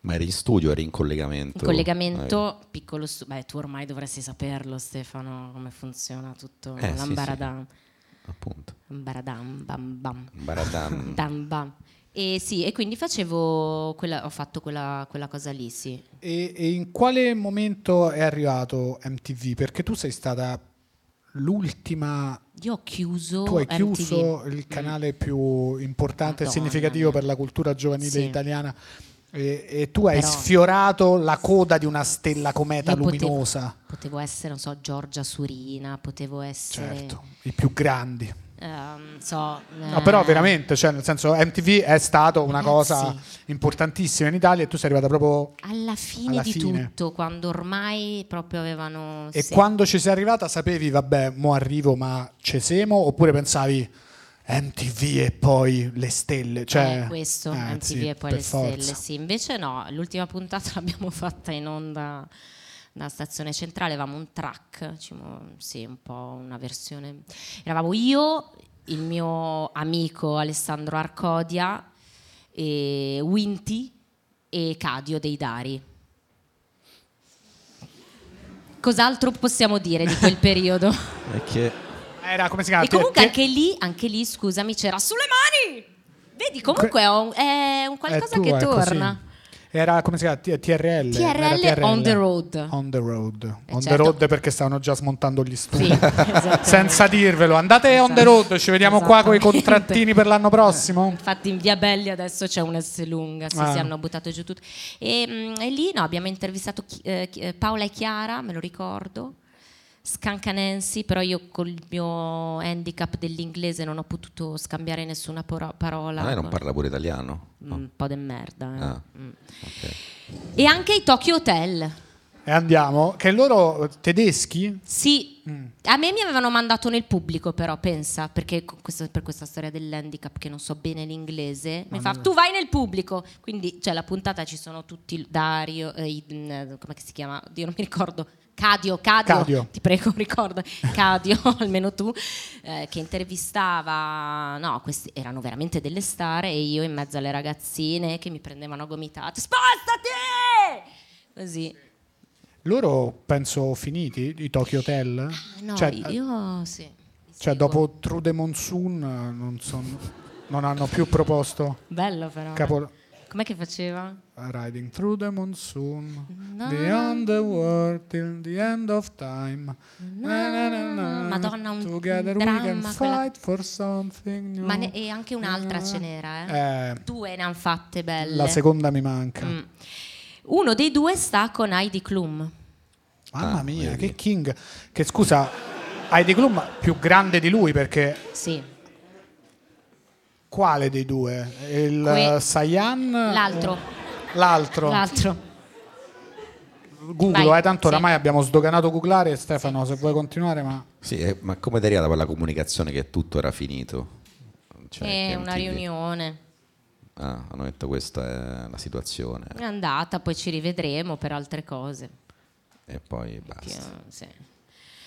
Ma eri in studio, eri in Il collegamento. collegamento, piccolo stu- beh, tu ormai dovresti saperlo, Stefano, come funziona tutto. Eh, sì, L'ambaradam, Eh, appunto. ambaradam, bam bam, Baradam. dam bam. E sì, e quindi facevo quella, ho fatto quella, quella cosa lì, sì. E, e in quale momento è arrivato MTV? Perché tu sei stata l'ultima, Io ho chiuso tu hai MTV. chiuso il canale più importante e Mm. Madonna significativo mia. per la cultura giovanile Sì. italiana e, e tu hai Però- sfiorato la coda di una stella cometa Io potevo- luminosa. Potevo essere, non so, Giorgia Surina, potevo essere... Certo, i più grandi. ehm, so, No, però eh, veramente, cioè, nel senso, MTV è stato una Ragazzi. cosa importantissima in Italia e tu sei arrivata proprio... Alla fine Alla di fine. tutto, quando ormai proprio avevano... E Oh, sì. quando ci sei arrivata sapevi, vabbè, mo arrivo ma cesemo oppure pensavi MTV e poi le stelle? Cioè, Eh, questo, eh, MTV sì, e poi per le forza. stelle, sì. Invece no, l'ultima puntata l'abbiamo fatta in onda da stazione centrale, avevamo un track, ci mo- sì, un po' una versione... Eravamo io, il mio amico Alessandro Arcodia, e Winty e Cadio dei Dari. Cos'altro possiamo dire di quel periodo? È che Era come si chiama? e comunque Te- anche lì, anche lì, scusami, c'era sulle mani. Vedi, comunque ho un- è un eh, qualcosa tu, che è così. torna. Era come si chiama? T- TRL. TRL era on the road. On the road. on the certo. road perché stavano già smontando gli studi. Sì, esatto. esattamente. Senza dirvelo, andate on the Esatto. road, ci vediamo qua con i Esattamente. Eh. contrattini per l'anno prossimo. Infatti in Via Belli adesso c'è un S lunga, sì, Ah. sì, hanno buttato giù tutto. E, mm, e lì no, abbiamo intervistato chi- eh, chi- eh, Paola e Chiara, me lo ricordo, Scancanensi, però io col mio handicap dell'inglese non ho potuto scambiare nessuna poro- parola. ma Ah, lei non con- Mm. parla pure italiano? Un po' di merda. eh. Ah. Mm. Ok. E anche i Tokyo Hotel. E andiamo, che loro eh, tedeschi? Sì, Mm. a me mi avevano mandato nel pubblico però, pensa, perché co- questo- per questa storia dell'handicap che non so bene l'inglese, mi fa, tu vai nel pubblico, quindi cioè, la puntata ci sono tutti, Dario, eh, i- mm, come che si chiama, Dio non mi ricordo, Cadio, Cadio, Cadio. ti prego ricorda, Cadio, almeno tu, eh, che intervistava, no, questi erano veramente delle star e io in mezzo alle ragazzine che mi prendevano a gomitate, spostati! Così. Loro penso finiti i Tokyo Hotel? Eh, No, cioè, io sì. li cioè, seguo. dopo True the Monsoon eh, non, son- non hanno più proposto Bello però. eh. capo Com'è che faceva? Riding Through the Monsoon Na- Beyond the World Till the End of Time Na- Madonna, un Together we dramma can quella- fight for something new Ma ne- e anche un'altra ce n'era, eh. Eh, Due ne hanno fatte belle. La seconda mi manca Mm. Uno dei due sta con Heidi Klum. Mamma Ah, mia, vedi. che King Che scusa Heidi Klum più grande di lui perché Sì. Quale dei due? Il Que- eh, Sayan? L'altro. L'altro. L'altro. Googlo, Vai, eh, tanto sì. oramai abbiamo sdoganato googlare. Stefano, se vuoi continuare, ma... Sì, eh, ma come ti è arrivata quella comunicazione che tutto era finito? Cioè, e che Eh, una MTV riunione. Ah, hanno detto questa è la situazione È andata, poi ci rivedremo per altre cose. Eh. e poi Che- eh, basta. sì.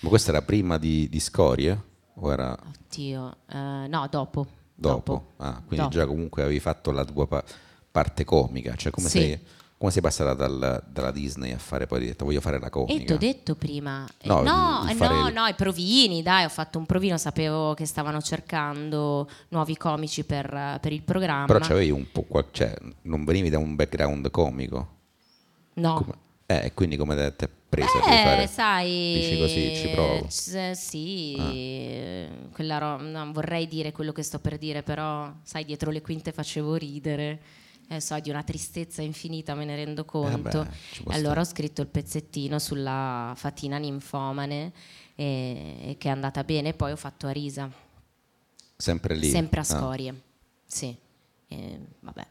Ma questa era prima di, di Scorie? O era Oddio. eh, no, dopo. dopo? Ah, quindi Dopo. già comunque avevi fatto la tua pa- parte comica, cioè come, Sì. sei, come sei passata dal- dalla Disney a fare poi hai detto voglio fare la E ti comica? ho detto prima, Eh, no, No, il- eh, il no, fare il- no, i provini, dai, ho fatto un provino, sapevo che stavano cercando nuovi comici per, eh, per il programma. Però c'avevi un po' qual- cioè, non venivi da un background comico. no. Come- eh, e quindi come te- ti è presa di Eh, fare? sai, Dici così, ci provo. Ah. c- sì, quella ro- non vorrei dire quello che sto per dire, però sai, dietro le quinte facevo ridere. eh, so, di una tristezza infinita, me ne rendo Eh conto. beh, ci può allora stare. ho scritto il pezzettino sulla fatina ninfomane eh, e che è andata bene, poi ho fatto Arisa, Sempre lì. sempre a Ah, Scorie. Sì, Eh, vabbè,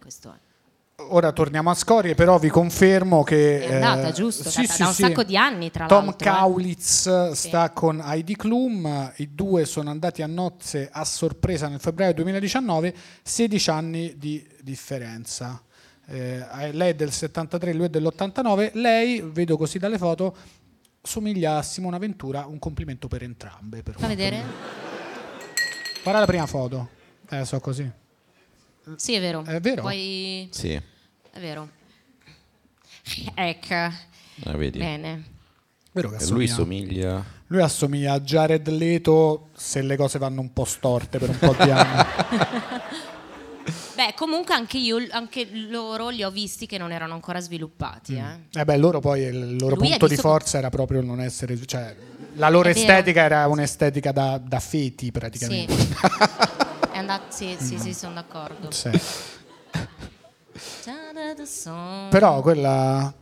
questo è. Ora torniamo a Scorie, però vi confermo che... È andata, eh, giusto? sì, Da- sì, da un sì. sacco di anni, tra Tom l'altro, eh. Kaulitz sta con Heidi Klum, i due sono andati a nozze a sorpresa nel febbraio 2019, 16 anni di differenza. Eh, lei è del 73, lui è dell'89, lei, vedo così dalle foto, somiglia a Simona Ventura, un complimento per entrambe. Per Fa quanto- vedere? Guarda la prima foto, eh, so così. Sì, è vero. È vero? Poi- Sì, È vero. Ecco, Ah, vedi. bene. Vero che E lui assomiglia? somiglia... Lui assomiglia a Jared Leto se le cose vanno un po' storte per un po' di anni. Beh, comunque anche io, anche loro li ho visti che non erano ancora sviluppati. Eh. Eh beh, loro poi il loro Lui è punto di visto- forza era proprio non essere. cioè, la loro È vero. estetica era un'estetica da, da feti Sì. praticamente. Mm. È andat- sì, sì, sì, sono d'accordo. Sì. Però Però quella.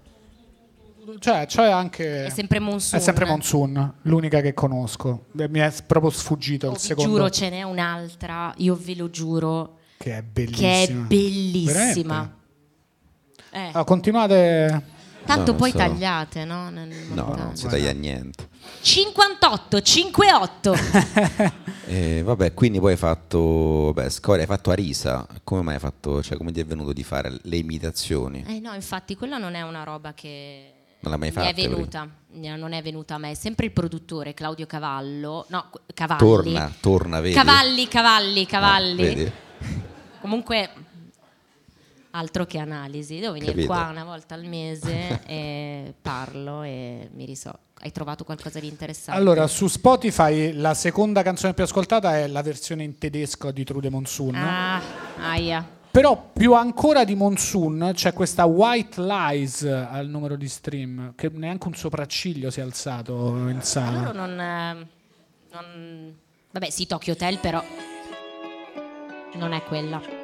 Cioè, c'è anche. è sempre eh. Monsoon. è sempre Monsoon, l'unica che conosco. Beh, Mi è proprio sfuggito Oh, il vi secondo. giuro, ce n'è un'altra, io ve lo giuro, che è bellissima. che è bellissima. Veramente? Eh, Ah, continuate. Tanto No, poi so. tagliate, no? Nel No, non si montaggio. taglia niente. 58, 58. E vabbè, quindi poi hai fatto... Beh, Scoria, hai fatto Arisa. Come mai hai fatto... Cioè, come ti è venuto di fare le imitazioni? Eh no, infatti quella non è una roba che Non l'ha mai mi è fatta prima? venuta, mi- non è venuta a me, è sempre il produttore Claudio Cavallo, no, qu- Cavalli. Torna, torna, vedi? Cavalli, cavalli, cavalli. Ah, vedi? Comunque altro che analisi, devo venire Capito. qua una volta al mese e parlo e mi riso. Hai trovato qualcosa di interessante? Allora, su Spotify la seconda canzone più ascoltata è la versione in tedesco di Trude Monsoon. ah, aia. Però più ancora di Monsoon c'è questa White Lies al numero di stream, che neanche un sopracciglio si è alzato in Loro sala. non, eh, non- Vabbè, sì, Tokyo Hotel, però. Non è quella.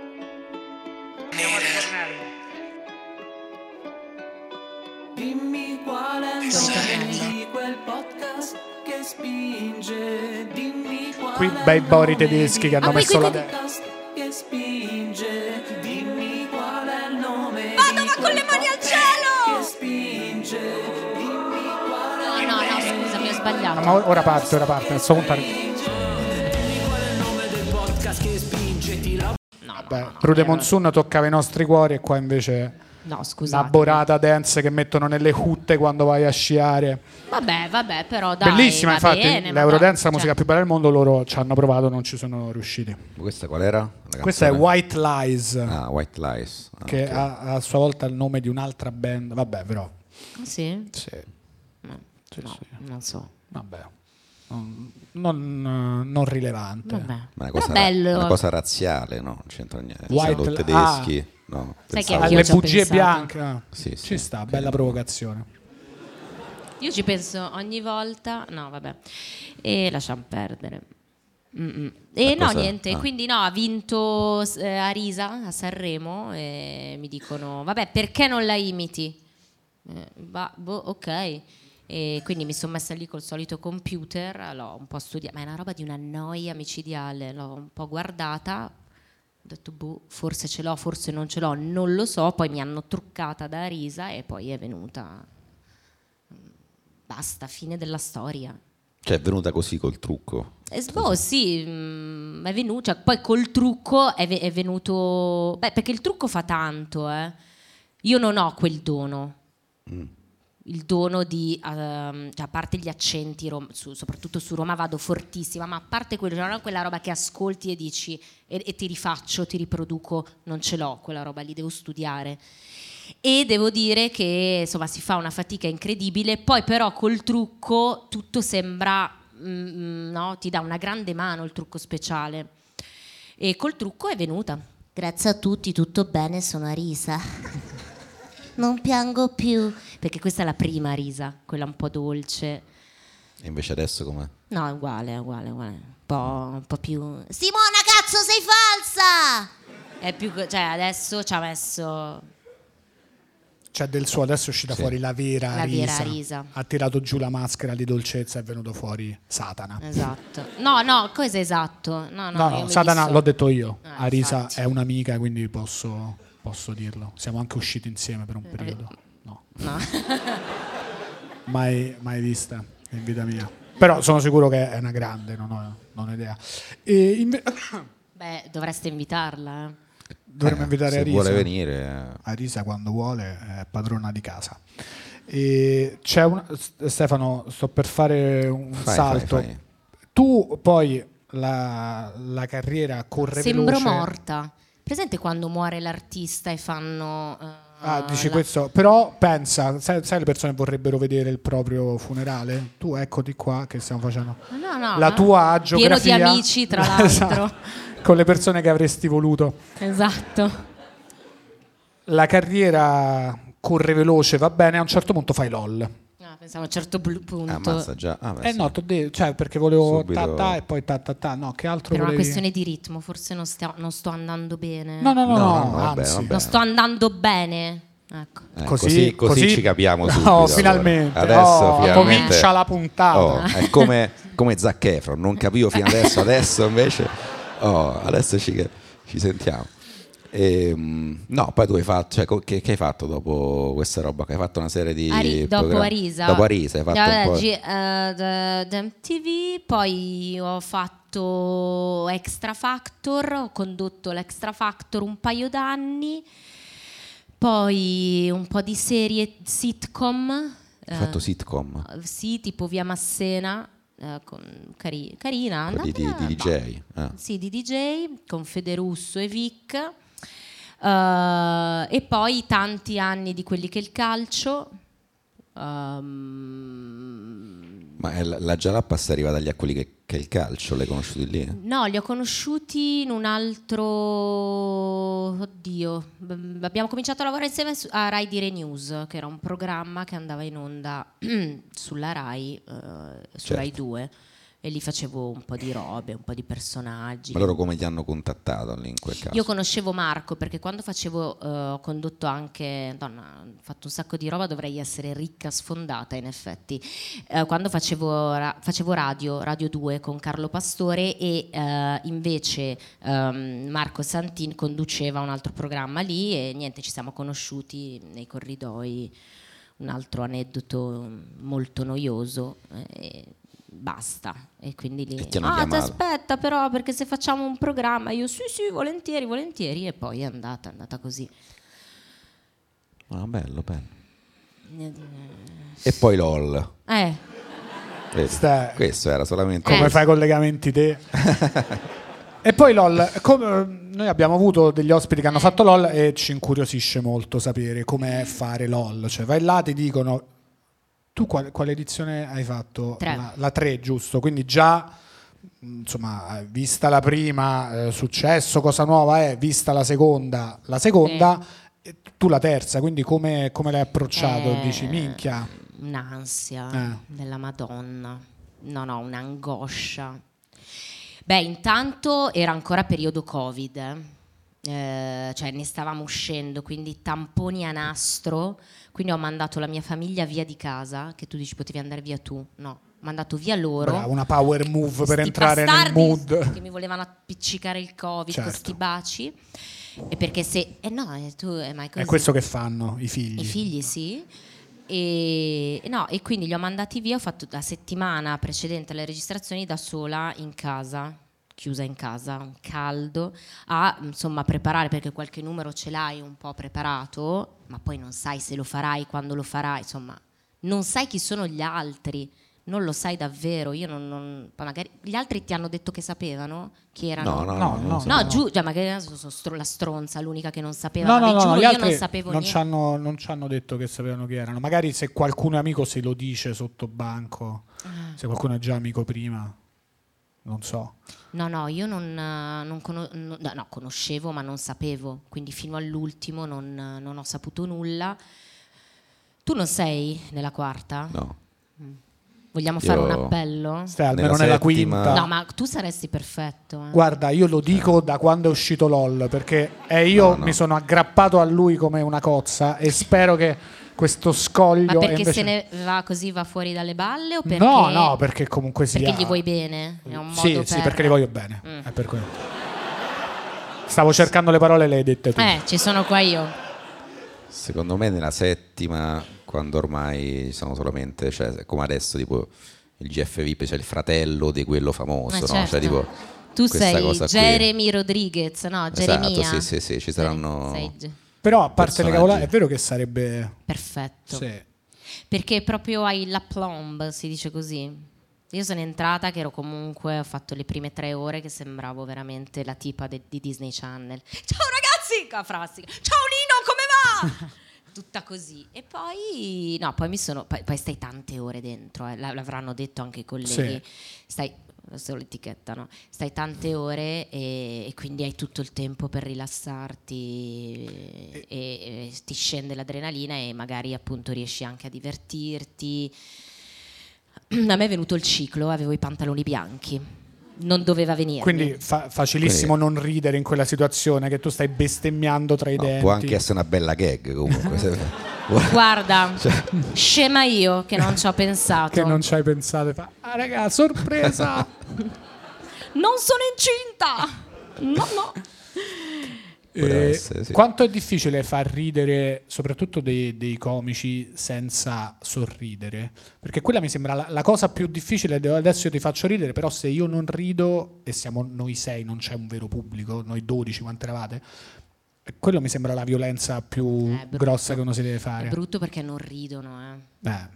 Dimmi qual è il nome di quel podcast che spinge. Dimmi qual Qui è il bei bori nome tedeschi di che hanno Ah, qui, messo qui, la qui. de- podcast che spinge. Dimmi qual è il nome. Vado, di va con le quel mani al podcast cielo! Che spinge. Dimmi qual è No, no, no, scusami, ho Ah, sbagliato. ma ora parte, ora parte, a sto punto arri- No, no, Beh, no, no, Rude erro- Monsoon toccava i nostri cuori e qua invece No, la scusate. borata dance che mettono nelle hutte quando vai a sciare. Vabbè, vabbè, però dai. Bellissima, va infatti, bene, ma l'Eurodance è la dai, musica cioè, più bella del mondo, loro ci hanno provato, non ci sono riusciti. Questa qual era? La Questa è canzone? White Lies, Ah, White Lies. Ah, che ok. ha a sua volta il nome di un'altra band, vabbè però... Sì? Sì. No, no, non so. Vabbè, non, non- non rilevante. Vabbè. Ma è una Però cosa, bello. una cosa razziale, no? Non c'entra niente. White Siamo li- tedeschi. no, Sai che pensavo- anch'io Ah, Le ci ho bugie pensato. bianche. ah, Sì, sì. Ci sta, bella provocazione. Io ci penso ogni volta, no, vabbè, e lasciamo perdere. Mm-mm. E Ma no, cosa- niente, ah. quindi no, ha vinto eh, Arisa a Sanremo e mi dicono, vabbè, perché non la imiti? Eh, bah, boh, ok. E quindi mi sono messa lì col solito computer, l'ho un po' studiata, ma è una roba di una noia micidiale, l'ho un po' guardata, ho detto, boh, forse ce l'ho, forse non ce l'ho, non lo so, poi mi hanno truccata da Arisa e poi è venuta basta, fine della storia. Cioè, è venuta così col trucco. E s- boh, sì, mm, è venuto, cioè, poi col trucco è, ve- è venuto, beh, perché il trucco fa tanto, eh. Io non ho quel dono. Il dono di, ehm, cioè, a parte gli accenti, rom- su- soprattutto su Roma vado fortissima, ma a parte quello, non ho quella roba che ascolti e dici e, e ti rifaccio, ti riproduco, non ce l'ho quella roba lì, devo studiare. E devo dire che insomma si fa una fatica incredibile, poi però col trucco tutto sembra, mm, mm, no? ti dà una grande mano il trucco speciale. E col trucco è venuta. Grazie a tutti, tutto bene, sono a risa. Non piango più. Perché questa è la prima risa, quella un po' dolce. E invece adesso com'è? No, è uguale, è uguale, è uguale. Un po', un po' più... Simona, cazzo sei falsa! È più, co- cioè adesso ci ha messo Cioè del suo adesso è uscita Sì. fuori la vera, La vera risa. risa. Ha tirato giù la maschera di dolcezza è venuto fuori Satana. esatto. No, no, cosa è esatto? No, no, No, io no, mi Satana disso- l'ho detto io. Ah, Arisa infatti. è un'amica, quindi posso, posso dirlo. Siamo anche usciti insieme per un periodo. No. Eh, No. mai, mai vista in vita mia. Però sono sicuro che è una grande, non ho, non ho idea. E inve- ah, Beh, dovreste invitarla. eh. dovremmo Eh, invitare se Arisa. vuole venire, eh, Arisa quando vuole è padrona di casa. E c'è una- Stefano, sto per fare un Fai, salto. fai, fai. Tu poi la, la carriera corre Sembro veloce. morta. Presente quando muore l'artista e fanno eh, Ah, dici la- questo, però pensa, sai, sai le persone vorrebbero vedere il proprio funerale? Tu eccoti qua che stiamo facendo. No, no, no, la no. tua Ah, Pieno geografia Esatto, di amici, tra l'altro. con le persone che avresti voluto. Esatto. La carriera corre veloce, va bene, a un certo punto fai lol. No, pensavo a un certo blu- punto. ammazza già. Ah, beh, Eh sì. no, t'ho de- cioè perché volevo Subito. ta ta e poi ta ta ta, no, che altro per una volevi? questione di ritmo, forse non, stia- non sto andando bene. No, no, no, No, no, no, no, vabbè, anzi. vabbè. Non sto andando bene. Ecco. Eh, Così- così, così, così- ci capiamo No, subito. allora. finalmente. Adesso Oh, finalmente- comincia la puntata. Oh, è come, come Zac Efron, non capivo fino adesso, adesso invece... oh, adesso ci, ci sentiamo. Ehm, no, poi tu hai fatto... Cioè, co- che, che hai fatto dopo questa roba? Che hai fatto una serie di... Ari- dopo programmi- Arisa. Dopo Arisa hai fatto Vabbè, un po'... G- eh, d- d- MTV, poi ho fatto Extra Factor, ho condotto l'Extra Factor un paio d'anni, poi un po' di serie sitcom. eh, Hai fatto sitcom sì, tipo Via Massena, eh, con- cari- carina. quelli di, andatela- di bah, DJ. ah. sì, di DJ con Federusso e Vic. Eh, e poi tanti anni di quelli che il calcio. Ehm, Ma è la, la Jalappa sta arrivata agli quelli che, che è il calcio, l'hai conosciuti lì? no, li ho conosciuti in un altro. Oddio. b- Abbiamo cominciato a lavorare insieme su- a Rai Dire News, che era un programma che andava in onda sulla Rai, eh, su Certo. Rai 2. E lì facevo un po' di robe, un po' di personaggi. Ma loro come ti hanno contattato lì in quel caso? Io conoscevo Marco perché quando facevo, eh, ho condotto anche, donna, ho fatto un sacco di roba, dovrei essere ricca, sfondata in effetti. Eh, quando facevo, ra- facevo radio, Radio 2 con Carlo Pastore e eh, invece ehm, Marco Santin conduceva un altro programma lì e niente, ci siamo conosciuti nei corridoi, un altro aneddoto molto noioso. eh, e Basta, e quindi lì. E ti hanno Ah, ti chiamato." aspetta, però, perché se facciamo un programma, io sì, sì, volentieri, volentieri, e poi è andata, è andata così. Ah, bello, bello. E poi LOL. Eh, Vedi, Ste- Questo era solamente... Eh. come fai i collegamenti te. e poi LOL, come- noi abbiamo avuto degli ospiti che hanno fatto LOL e ci incuriosisce molto sapere com'è fare LOL. Cioè vai là, ti dicono, tu qual- quale edizione hai fatto? Tre. La- La 3, giusto? Quindi già, mh, insomma, vista la prima, eh, successo, cosa nuova è, vista la seconda, la seconda, e tu la terza, quindi come, come l'hai approcciato? Eh. Dici, minchia. un'ansia Eh. della Madonna. No, no, un'angoscia. Beh, intanto era ancora periodo Covid, eh. Eh, cioè ne stavamo uscendo, quindi tamponi a nastro. Quindi ho mandato la mia famiglia via di casa, che tu dici potevi andare via tu. No, ho mandato via loro. brava, una power move per Sti entrare nel bastardi mood. Che mi volevano appiccicare il covid Certo. con sti baci. E perché se... Eh no, eh, tu eh, ma è È così. questo che fanno i figli. I figli sì. E, e no, e quindi li ho mandati via. Ho fatto la settimana precedente alle registrazioni da sola in casa, chiusa in casa, un caldo, a insomma preparare perché qualche numero ce l'hai un po' preparato, ma poi non sai se lo farai, quando lo farai, insomma, non sai chi sono gli altri. Non lo sai davvero, io non, non- poi magari gli altri ti hanno detto che sapevano che erano No, no, no. No, non no, lo so. No, giù, cioè, magari sono stro- la stronza, l'unica che non sapeva. No, ma no, vi no, giuro, gli diciamo io altri non sapevo non niente. ci hanno, non ci hanno detto che sapevano chi erano. Magari se qualcuno è amico se lo dice sotto banco, Ah. se qualcuno è già amico prima, non so. No, no, io non, eh, non cono- no, no, conoscevo ma non sapevo, quindi fino all'ultimo non, eh, non ho saputo nulla. Tu non sei nella quarta? No. Vogliamo fare Io- un appello? Stai almeno Nella nella, settima- quinta. No, ma tu saresti perfetto. eh. Guarda, io lo dico da quando è uscito LOL, perché eh, io No, no. mi sono aggrappato a lui come una cozza e spero che questo scoglio... ma e perché invece- se ne va così va fuori dalle balle o perché No, no, perché comunque sia... perché gli vuoi bene? È un modo sì, per... Mm. sì, perché li voglio bene. È per quello. Stavo cercando le parole, le hai dette tu. Eh, ci sono qua io. Secondo me nella settima, quando ormai sono solamente, cioè come adesso, tipo il GF VIP, cioè il fratello di quello famoso, Eh, no? certo. Cioè, tipo, Tu questa sei cosa qui. Jeremy Rodriguez, no? Esatto, Jeremia. sì, sì, sì, ci saranno- Sei- sei- Però a parte le Personaggi. cavolate, è vero che sarebbe... Perfetto. Sì. Perché proprio hai la plomb, si dice così. Io sono entrata che ero comunque, ho fatto le prime tre ore che sembravo veramente la tipa de- di Disney Channel. Ciao ragazzi! a Frastica. Ciao Nino, come va? Tutta così. E poi, no, poi mi sono, poi, poi stai tante ore dentro, eh, la- l'avranno detto anche i colleghi. Sì. Stai, solo l'etichetta, no? Stai tante ore e, e quindi hai tutto il tempo per rilassarti e, e ti scende l'adrenalina e magari appunto riesci anche a divertirti. A me è venuto il ciclo, avevo i pantaloni bianchi, non doveva venire. Quindi fa- facilissimo non ridere in quella situazione che tu stai bestemmiando tra i No, denti. può anche essere una bella gag comunque. se- Cioè, Guarda, Guarda, scema io che non ci ho pensato. Cioè Che non ci hai pensato e fa, ah raga, sorpresa! Non sono incinta! No, no. Poteva Eh, essere, sì. Quanto è difficile far ridere, soprattutto dei, dei comici, senza sorridere? Perché quella mi sembra la, la cosa più difficile. de- Adesso io ti faccio ridere, però se io non rido e siamo noi sei, non c'è un vero pubblico, noi 12, quante eravate, Eh, quello mi sembra la violenza più È brutto. grossa che uno si deve Eh, È fare. brutto perché non ridono, eh. Eh.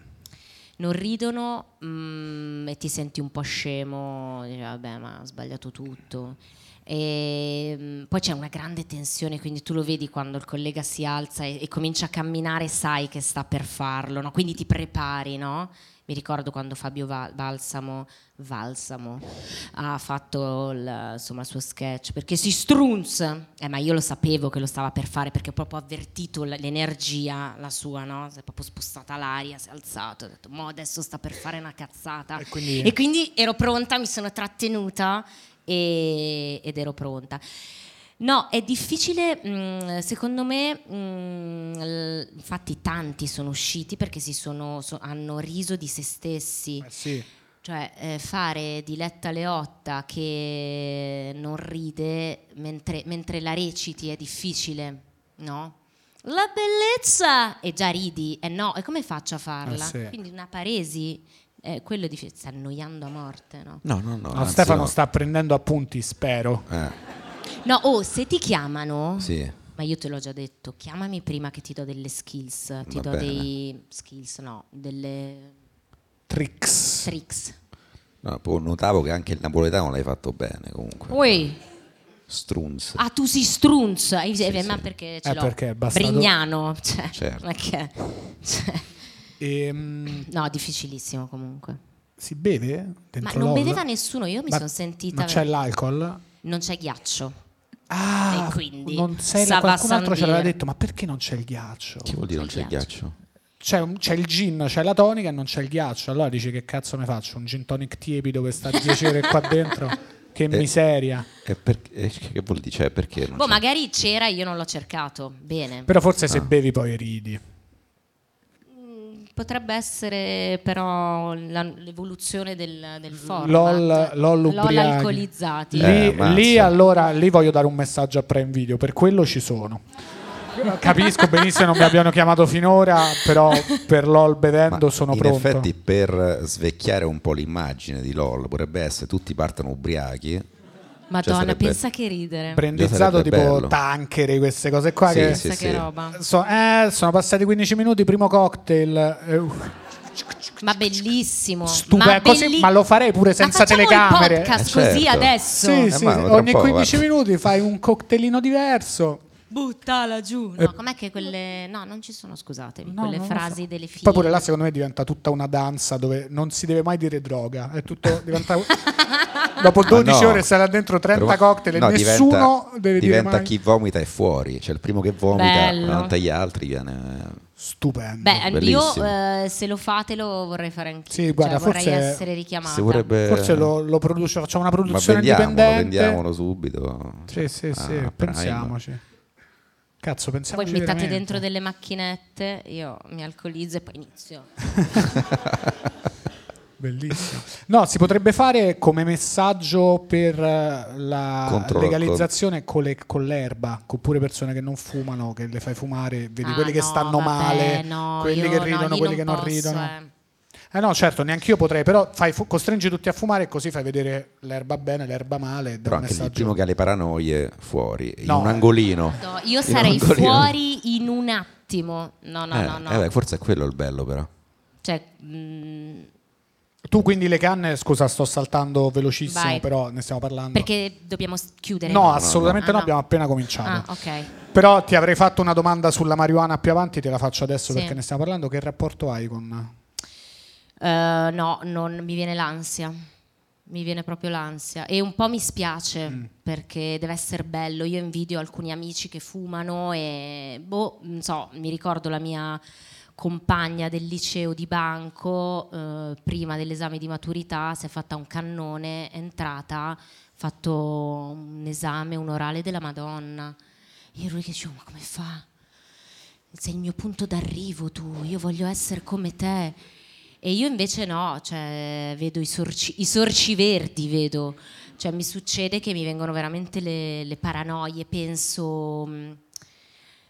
non ridono mm, e ti senti un po' scemo, dici, vabbè ma ho sbagliato tutto. E, mm, poi c'è una grande tensione, quindi tu lo vedi quando il collega si alza e, e comincia a camminare, sai che sta per farlo, no? quindi ti prepari. no? Mi ricordo quando Fabio Val- Balsamo, Valsamo ha fatto il, insomma, il suo sketch perché si strunse, Eh, ma io lo sapevo che lo stava per fare perché ho proprio avvertito l- l'energia, la sua, no? si è proprio spostata l'aria, si è alzato, ho detto, mo adesso sta per fare una cazzata. E quindi- Ah. E quindi ero pronta, mi sono trattenuta e- ed ero pronta. No, è difficile, mh, secondo me, mh, l- infatti tanti sono usciti perché si sono, so- hanno riso di se stessi, Eh sì. cioè eh, fare Diletta Leotta che non ride mentre, mentre la reciti è difficile, no? La bellezza! E già ridi, eh no, e come faccio a farla? Eh sì. Quindi una paresi, eh, quello dice, sta annoiando a morte, no? No, no, no. No, anzi, Stefano no. sta prendendo appunti, spero. Eh, No, oh, se ti chiamano... sì. Ma io te l'ho già detto, chiamami prima che ti do delle skills, ti Va do bene. dei skills, no, delle Tricks. tricks. No, poi notavo che anche il napoletano l'hai fatto bene comunque. Ui, Strunz. ah tu si strunz, Eh, Sì, ma sì. perché ce Certo. Eh, l'ho? perché è bastato- Brignano, cioè, Certo. ma che- cioè, Ehm, no, difficilissimo comunque. si beve? Ma Dentro non LOL? beveva nessuno, io mi Ma- sono sentita... Ma c'è l'alcol? Non c'è ghiaccio. Ah, E quindi non sei Sava qualcun altro ce l'aveva Sandire. detto, ma perché non c'è il ghiaccio? Ah, Che vuol dire non c'è il ghiaccio? C'è, un- c'è il gin, c'è la tonica e non c'è il ghiaccio. Allora dici che cazzo ne faccio? Un gin tonic tiepido che sta 10 ore qua dentro? Eh. Che miseria. E perché, e che vuol dire? Cioè, perché non Boh, c'è? magari c'era, io non l'ho cercato, bene. Però forse Ah. se bevi poi ridi. Eh, Potrebbe essere però la- l'evoluzione del, del format. LOL, LOL ubriachi. alcolizzati. Lì, Eh, ammazza. lì allora, lì voglio dare un messaggio a Prime Video, per quello ci sono. Capisco benissimo non mi abbiano chiamato finora, però per LOL Ma bevendo sono in pronto. effetti per svecchiare un po' l'immagine di LOL potrebbe essere tutti partano ubriachi Madonna, Cioè, sarebbe- pensa che ridere. brandizzato Già tipo sarebbe bello. tankeri, queste cose qua. Sì, che pensa che sì. roba. so- eh, sono passati 15 minuti, primo cocktail. eh, uff, Ma bellissimo. Stupe- ma così- belli- ma lo farei pure senza facciamo il telecamere. podcast Eh, certo. così adesso. sì, Eh, sì, ma tra ogni un po', 15 guarda. minuti fai un cocktailino diverso. Buttala giù. Eh. No, com'è che quelle No, non ci sono, scusatemi, No, quelle non lo frasi so. delle figlie. Poi pure là secondo me diventa tutta una danza dove non si deve mai dire droga. È tutto diventa... Dopo 12 Ma no. ore sarà dentro 30 Però- cocktail e no, nessuno diventa, deve diventa dire mai... chi vomita è fuori cioè il primo che vomita Bello. davanti agli altri viene stupendo. Beh, Bellissimo. io eh, se lo fate lo vorrei fare anch'io. Sì, guarda, Cioè, vorrei forse- essere richiamata. Si vorrebbe... Forse lo, lo produce, facciamo una Eh. Ma produzione vendiamolo, indipendente. vendiamolo subito. Sì, sì, sì, Ah, Prime. pensiamoci. Cazzo, Voi pensiamoci mi mettete veramente. dentro delle macchinette, io mi alcolizzo e poi inizio. Bellissimo. No, si potrebbe fare come messaggio per eh, la Contro- legalizzazione con, le- con l'erba, oppure persone che non fumano, che le fai fumare, vedi Ah, quelli che no, stanno vabbè, male, no, quelli io che no, ridono, lì quelli che non posso, ridono. eh. Eh no, certo, neanche io potrei, però fai fu- costringi tutti a fumare e così fai vedere l'erba bene, l'erba male, dai Però un anche il messaggio. primo che ha le paranoie fuori, in No, un eh. angolino. No, io In sarei un angolino. fuori in un attimo. No, no, Eh, no, no. eh beh, forse è quello il bello però. Cioè, mh, Tu quindi le canne, scusa, sto saltando velocissimo, Vai. però ne stiamo parlando. perché dobbiamo s- chiudere? No, assolutamente Ah, no, no. abbiamo appena cominciato. Ah, ok. Però ti avrei fatto una domanda sulla marijuana più avanti, te la faccio adesso Sì. perché ne stiamo parlando. Che rapporto hai con... Eh, no, non, mi viene l'ansia. Mi viene proprio l'ansia e un po' mi spiace perché deve essere bello. Io invidio alcuni amici che fumano e boh, non so, mi ricordo la mia compagna del liceo di banco, eh, prima dell'esame di maturità, si è fatta un cannone, è entrata, ha fatto un esame, un orale della Madonna. E lui che dicevo, ma come fa? sei il mio punto d'arrivo tu, io voglio essere come te. E io invece no, cioè, vedo i sorci, i sorci verdi, vedo. Cioè, mi succede che mi vengono veramente le, le paranoie, penso, mh,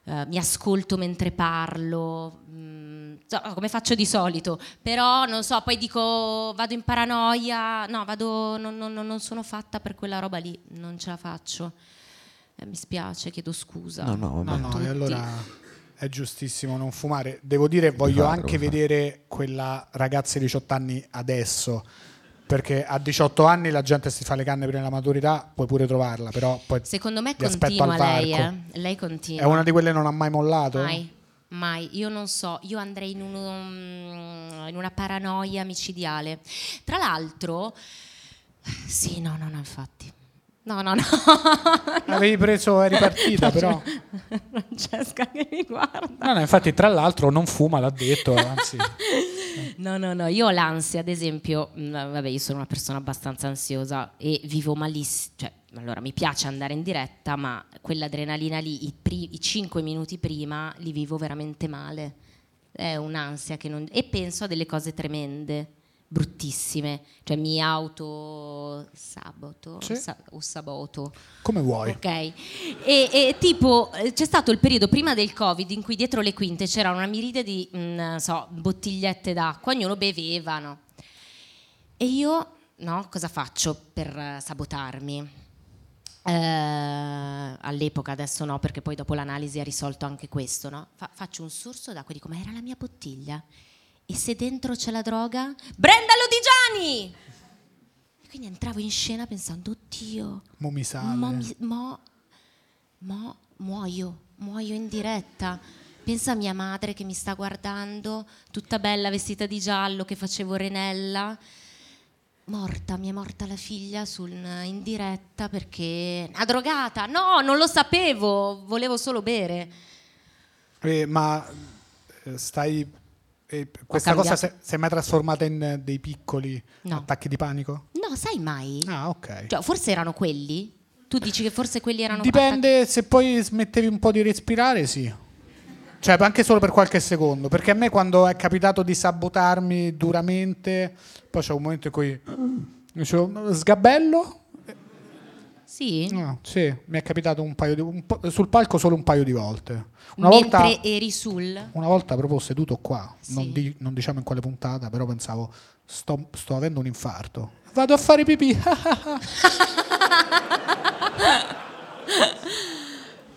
eh, mi ascolto mentre parlo, mh, so- come faccio di solito, però non so, poi dico vado in paranoia, no, vado, non, non- non sono fatta per quella roba lì, non ce la faccio. Eh, mi spiace, chiedo scusa. No, no, vabbè. a No, no, tutti. e allora è giustissimo non fumare. Devo dire, voglio fare, anche devo fare. vedere quella ragazza di 18 anni adesso. Perché a 18 anni la gente si fa le canne prima della maturità, puoi pure trovarla, però poi Secondo me vi aspetto continua al lei, varco. eh. Lei continua. È una di quelle che non ha mai mollato? Mai, mai. Io non so, io andrei in, uno- in una paranoia micidiale. Tra l'altro, sì, no, no, no, infatti. No, no, no. Avevi preso, eri partita però. Francesca che mi guarda. No, no, infatti tra l'altro non fuma, l'ha detto, anzi. No, no, no, io ho l'ansia, ad esempio, mh, vabbè, io sono una persona abbastanza ansiosa e vivo malissimo, cioè, allora mi piace andare in diretta, ma quell'adrenalina lì, i, pri- i cinque minuti prima, li vivo veramente male. È un'ansia che non... E penso a delle cose tremende, bruttissime, cioè mi auto saboto Sì. sa- o saboto. Come vuoi. Ok, e, e tipo eh, c'è stato il periodo prima del Covid in cui dietro le quinte c'era una miride di mh, non so, bottigliette d'acqua, ognuno beveva. no? E io, no, cosa faccio per eh, sabotarmi? Eh, all'epoca, adesso no, perché poi dopo l'analisi ha risolto anche questo. No? Fa- faccio un sorso d'acqua e dico: Ma era la mia bottiglia? E se dentro c'è la droga? Brenda Lodigiani! E Quindi entravo in scena pensando, oddio, Mo mi sale. Mo, mi- mo- mo muoio, muoio in diretta. Pensa a mia madre che mi sta guardando, tutta bella vestita di giallo che facevo Renella. Morta, mi è morta la figlia sul- in diretta perché... Ah, drogata! No, non lo sapevo, volevo solo bere. Eh, ma eh, stai. eh, questa cambiato. cosa se- si è mai trasformata in eh, dei piccoli No. attacchi di panico? No, sai mai? Ah, ok. Cioè, forse erano quelli? Tu dici che forse quelli erano... Dipende se poi smettevi un po' di respirare, sì. Cioè, anche solo per qualche secondo. Perché a me quando è capitato di sabotarmi duramente, poi c'è un momento in cui dicevo, sgabello? attac- Sì? No, sì, mi è capitato un paio di, un po- sul palco solo un paio di volte. Una Mentre volta eri sul... Una volta proprio seduto qua, non, Sì. di- non diciamo in quale puntata, però pensavo sto, sto avendo un infarto. Vado a fare pipì.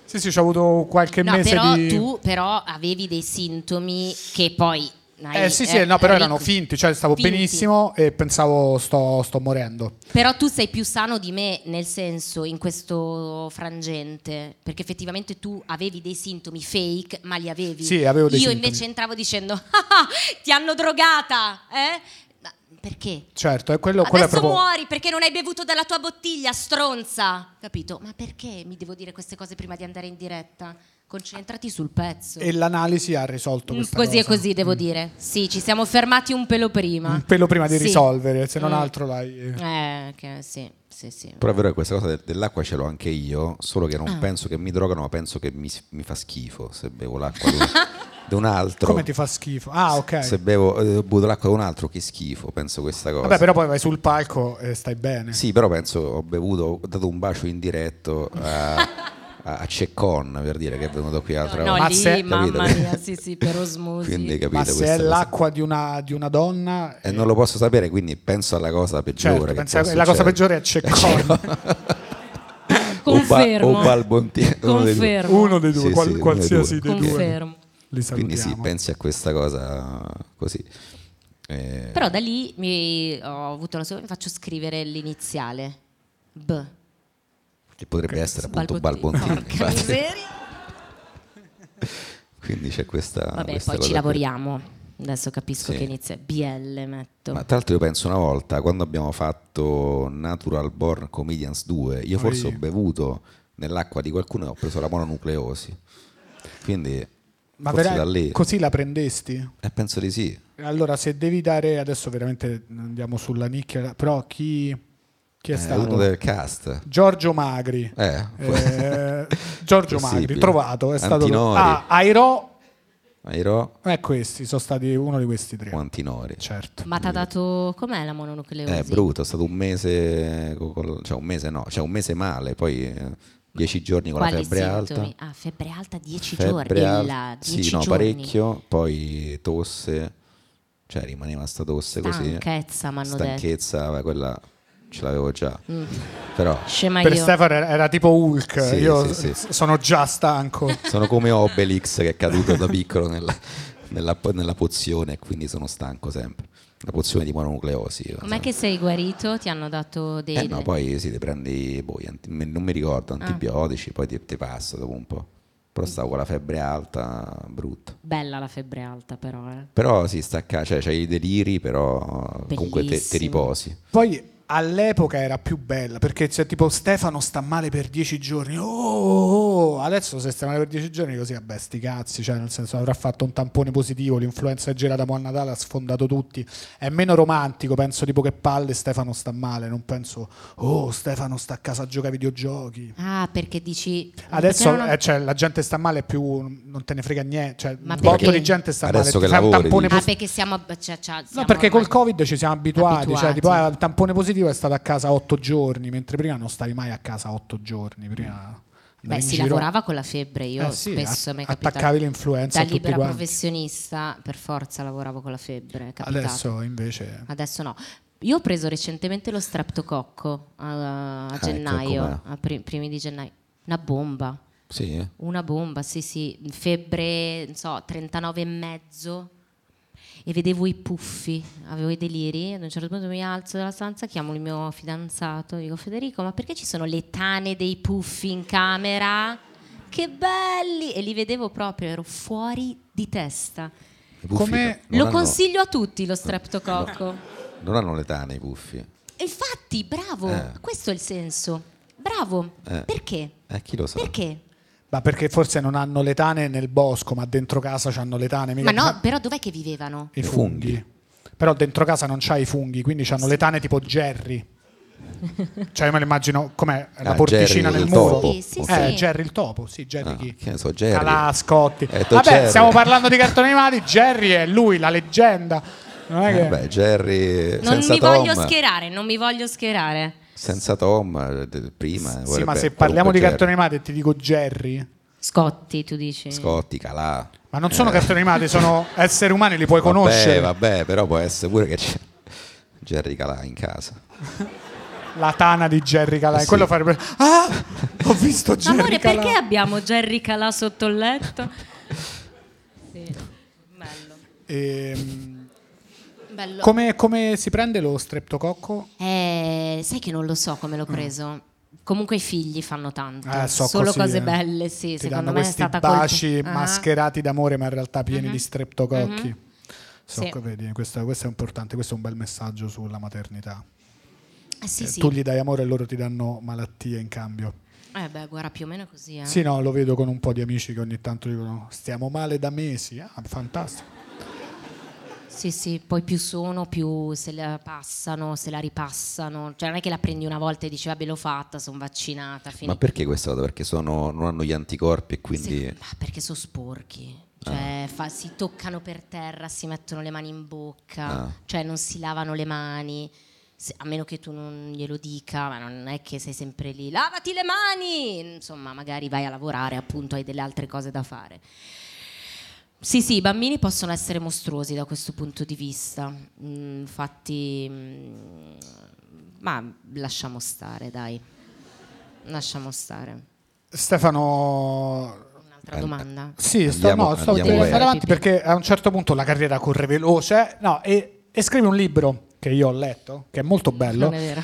sì, sì, ci ho avuto qualche No, mese però di... tu però avevi dei sintomi che poi... hai, Eh sì, sì, no, però ric- erano finti, cioè stavo finti. benissimo e pensavo sto, sto morendo. Però tu sei più sano di me, nel senso, in questo frangente, perché effettivamente tu avevi dei sintomi fake, ma li avevi. Sì, avevo dei Io sintomi. invece entravo dicendo, "Ah, ti hanno drogata, eh? Ma perché? Certo, e quello, quello è Adesso proprio... muori perché non hai bevuto dalla tua bottiglia, stronza. Capito? Ma perché mi devo dire queste cose prima di andare in diretta? concentrati sul pezzo. E l'analisi ha risolto Mm, questa Così e cosa. così devo dire. Sì, ci siamo fermati un pelo prima. Un pelo prima di Sì. risolvere, se non Mm. altro l'hai... Eh, che sì, sì, sì. Però è vero che questa cosa del- dell'acqua ce l'ho anche io, solo che non Ah. penso che mi drogano, ma penso che mi, mi fa schifo se bevo l'acqua di un, di un altro. Come ti fa schifo? Ah, ok. Se bevo eh, butto l'acqua di un altro, che schifo, penso questa cosa. Vabbè, però poi vai sul palco e stai bene. Sì, però penso ho bevuto, ho dato un bacio indiretto a, a, a Ceccon per dire che è venuto qui l'altra No, volta. lì, se- mamma capito? mia, sì, sì, per osmosi. Quindi capito Ma se questa è cosa. l'acqua di una, di una donna... eh, E non lo posso sapere, quindi penso alla cosa peggiore. Certo, che pensa- può la cosa succedere. Eh, peggiore è Ceccone. Confermo. O, ba- o Balbontieri, uno dei due. Confermo. Uno dei due, Sì, qual- sì, uno dei qualsiasi due. dei due. Confermo. Li Quindi salutiamo. sì, pensi a questa cosa così. Eh, Però da lì mi ho avuto la sua, mi faccio scrivere l'iniziale. B. che potrebbe Ecco, essere appunto Balbottini. Balbontini. Porca miseria. Quindi c'è questa. Vabbè, Ah, questa poi cosa ci qui. lavoriamo. Adesso capisco Sì. che inizia BL metto. Ma tra l'altro io penso una volta, quando abbiamo fatto Natural Born Comedians 2, io forse ho Oi. bevuto nell'acqua di qualcuno e ho preso la mononucleosi. Quindi Ma forse vera- da lì. così la prendesti? Eh, penso di sì. Allora, se devi dare... Adesso veramente andiamo sulla nicchia, però chi, chi è È stato? Eh, uno del cast. Giorgio Magri. Eh, Eh, Giorgio Magri, Possibile. trovato. È stato... Antinori. Ah, Airo... Airo Eh, questi sono stati uno di questi tre. o Antinori. Certo. Ma ti ha dato com'è la mononucleosi? Eh, È brutto, è stato un mese, co- col- cioè un mese no, cioè un mese male, poi eh, dieci giorni con la Quali febbre sintomi? alta. Ah, febbre alta 10 Febbre giorni. al- la- sì, 10 no, giorni. parecchio, poi tosse, cioè rimaneva sta tosse così. eh. Stanchezza, m'hanno eh, detto. Mm. Stanchezza, vabbè, quella ce l'avevo già. Però Scema per io. Stefano era, era tipo Hulk, Sì, io sì, sì. s- sono già stanco. sono come Obelix che è caduto da piccolo nella, nella, nella pozione e quindi sono stanco sempre. La pozione di mononucleosi. io, Com'è sai. che sei guarito? Ti hanno dato dei... Eh no, poi sì, ti prendi, boh, gli anti- me- non mi Ah. ricordo, antibiotici, poi ti, ti passa dopo un po'. Però stavo con la febbre alta, brutta. Bella la febbre alta però, eh. Però si stacca, cioè c'hai i deliri, però comunque te, te Bellissimo. riposi. Poi all'epoca era più bella perché c'è tipo Stefano sta male per dieci giorni. Oh, oh, oh. adesso se sta male per dieci giorni così, vabbè, sti cazzi, cioè nel senso avrà fatto un tampone positivo, l'influenza è girata poi a Natale, ha sfondato tutti. È meno romantico, penso tipo che palle Stefano sta male, non penso "Oh, Stefano sta a casa a giocare ai videogiochi". Ah, perché dici... Adesso perché non Ah, ho- eh, cioè, la gente sta male, è più non te ne frega niente. Cioè, Ma un botto perché? di gente sta male. Adesso ti che fai un lavori, tampone dici. Ah, positivo. perché siamo... cioè, cioè, No, siamo perché col ormai- Covid ci siamo abituati, cioè Abituati. tipo ah, il tampone positivo è stato a casa otto giorni, mentre prima non stavi mai a casa otto giorni, Mm. prima andavi Beh, in si giro. lavorava con la febbre, io Eh sì, spesso att- mi è capitato- attaccavi l'influenza a Da tutti libera quanti. professionista, per forza lavoravo con la febbre, è capitato. Eh. Adesso invece Adesso no. Io ho preso recentemente lo streptococco eh, a, a ecco gennaio, com'è. a pri- primi di gennaio. Una bomba, Sì, eh? una bomba, sì sì. Febbre, non so, 39 e mezzo. E vedevo i puffi, avevo i deliri. Ad un certo punto mi alzo dalla stanza, chiamo il mio fidanzato, dico Federico, ma perché ci sono le tane dei puffi in camera? Che belli! E li vedevo proprio, ero fuori di testa. I puffi Come- non Lo hanno- consiglio a tutti lo streptococco. Non hanno l'età nei puffi. Infatti, bravo, Eh. questo è il senso. Bravo. Eh. Perché? Eh, chi lo sa? Perché? ma perché forse non hanno le tane nel bosco, ma dentro casa hanno le tane, mica Ma no, però dov'è che vivevano? i I funghi. funghi. Però dentro casa non c'hai i funghi, quindi hanno le tane tipo Jerry. cioè io me lo immagino com'è la Ah, Jerry porticina nel il muro. topo. Sì, sì, Ok. Eh, sì. Jerry il topo, sì, Jerry Ah, chi? che ne so, Jerry. Calascotti. Eh, tu Vabbè, Jerry. stiamo parlando di cartoni animati. Jerry è lui, la leggenda. Non è che... Eh, beh, Jerry Non senza mi Tom. voglio schierare, non mi voglio schierare. Senza Tom, eh, de- prima. sì, ma vorrebbe- se parliamo qualunque di cartoni animati e ti dico Jerry, Scotti, tu dici. Jerry. Scotti, Calà. ma non sono cartoni animati, sono esseri umani, li puoi Eh. Vabbè, conoscere. Vabbè, però può essere pure che c'è Jerry Calà in casa. La tana di Jerry Calai. Eh sì. Quello farebbe... Ah, ho visto Jerry Amore, Calà. perché abbiamo Jerry Calà sotto il letto? sì. Bello. Ehm, Bello. come, come si prende lo streptococco? Eh, sai che non lo so come l'ho preso. Comunque i figli fanno tanto. Eh, Mm. so Solo così, cose eh. belle, sì. Ti Secondo danno me è questi stata colpa- baci Ah. Mm-hmm. mascherati d'amore, ma in realtà pieni di streptococchi. So, Sì. co- vedi, questo, questo è importante, questo è un bel messaggio sulla maternità. Ah, sì, Eh, sì. Tu gli dai amore e loro ti danno malattie in cambio. Eh beh, guarda, più o meno così. eh. Sì, no, lo vedo con un po' di amici che ogni tanto dicono stiamo male da mesi. Ah, fantastico. Sì, sì, poi più sono, più se la passano, se la ripassano. Cioè non è che la prendi una volta e dici vabbè l'ho fatta, sono vaccinata, Ma finita. perché questa cosa? Perché sono, non hanno gli anticorpi e quindi... Ah. Sì, ma perché sono sporchi. Cioè, fa- si toccano per terra, si mettono le mani in bocca, Ah. cioè non si lavano le mani, Se- a meno che tu non glielo dica, ma non è che sei sempre lì, lavati le mani! Insomma, magari vai a lavorare, appunto, hai delle altre cose da fare. Sì, sì, i bambini possono essere mostruosi da questo punto di vista, Mm, infatti, mm, ma lasciamo stare, dai, lasciamo stare. Stefano, Un'altra Eh, domanda? Sì, sto, Andiamo- no, sto andiamo devo avanti. andare avanti perché a un certo punto la carriera corre veloce no, e, e scrive un libro che io ho letto, che è molto bello. Non è vero?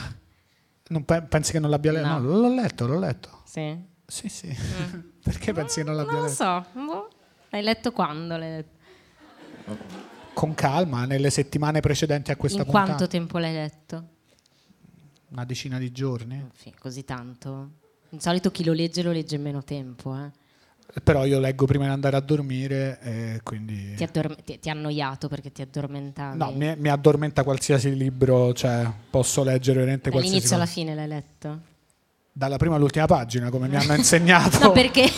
Non pe- pensi che non l'abbia letto? No. No. l'ho letto, l'ho letto. Sì. Sì, sì. Perché pensi che non l'abbia Non lo letto? so. boh. L'hai letto quando? l'hai letto? Con calma, nelle settimane precedenti a questa In puntata. quanto tempo l'hai letto? Una decina di giorni. Sì, così tanto. Di solito chi lo legge lo legge in meno tempo. eh. Però io leggo prima di andare a dormire, e quindi... Ti, addorme- ti- ti ha annoiato perché ti addormentavi. Eh. No, mi, mi addormenta qualsiasi libro, cioè posso leggere veramente qualsiasi All'inizio alla cosa. fine l'hai letto? Dalla prima all'ultima pagina, come mi hanno insegnato. No, perché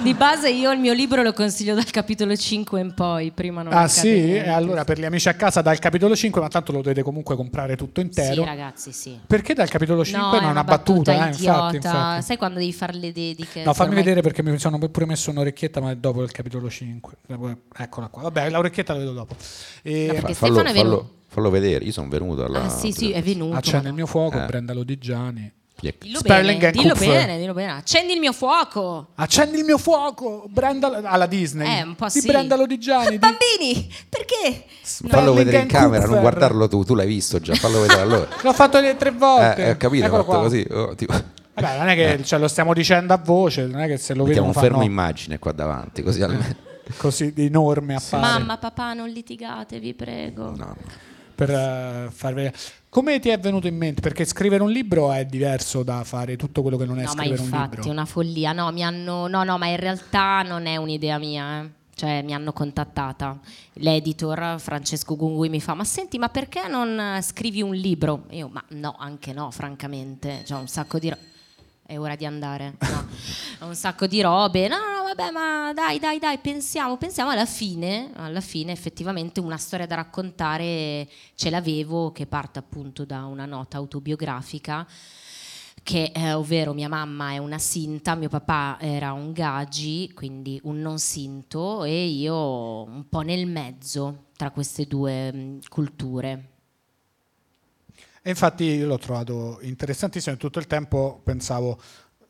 di base io il mio libro lo consiglio dal capitolo 5 in poi, prima non Ah accade sì? niente. E allora per gli amici a casa dal capitolo 5, ma tanto lo dovete comunque comprare tutto Sì, intero. ragazzi, sì. perché dal capitolo 5 non è una battuta, idiota. eh, infatti, infatti. Sai quando devi fare le dediche? No, fammi Ormai- vedere perché mi sono pure messo un'orecchietta, ma è dopo il capitolo 5. Eccola qua. Vabbè, l'orecchietta la vedo dopo. No, E... perché Fa- fallo, Stefano è venuto. fallo- fallo vedere, io sono venuto alla... Ah, sì, sì, è venuto. Accendi il mio fuoco, Eh. prendalo di Gianni. Ecco. Dillo Sperling bene, and dillo Kupfer. bene, dillo bene. Accendi il mio fuoco. Accendi il mio fuoco, Brendalo alla Disney. Eh, un po' di sì. Brendalo di Gianni. di- Bambini, perché? Fallo Sterling vedere in and camera, Kupfer. non guardarlo tu, tu l'hai visto già, fallo vedere allora. L'ho fatto le tre volte. Eh, ho capito, ho Eccolo fatto qua. così. oh, tipo- Vabbè, non è che ce lo stiamo dicendo a voce, non è che se lo Mettiamo vedono un fermo fanno immagine qua davanti, Eh. così almeno... così enorme a fare. Mamma, papà, non litigate, vi prego. No, per eh, far vedere. Come ti è venuto in mente? Perché scrivere un libro è diverso da fare tutto quello che non è No, ma scrivere un infatti è libro. una follia. No, mi hanno No, no, ma in realtà non è un'idea mia, eh. Cioè, mi hanno contattata. L'editor Francesco Gungui mi fa: Ma senti, ma perché non eh, scrivi un libro? E Io, ma no, anche no, francamente. C'ho un sacco di. ro- È ora di andare. No. Ho un sacco di robe. No, no, no, vabbè, ma dai, dai, dai, pensiamo, pensiamo. Alla fine, alla fine, effettivamente, una storia da raccontare ce l'avevo, che parte appunto da una nota autobiografica che eh, ovvero mia mamma è una sinta, mio papà era un gagi, quindi un non sinto e io un po' nel mezzo tra queste due mh, culture. E infatti io l'ho trovato interessantissimo e tutto il tempo pensavo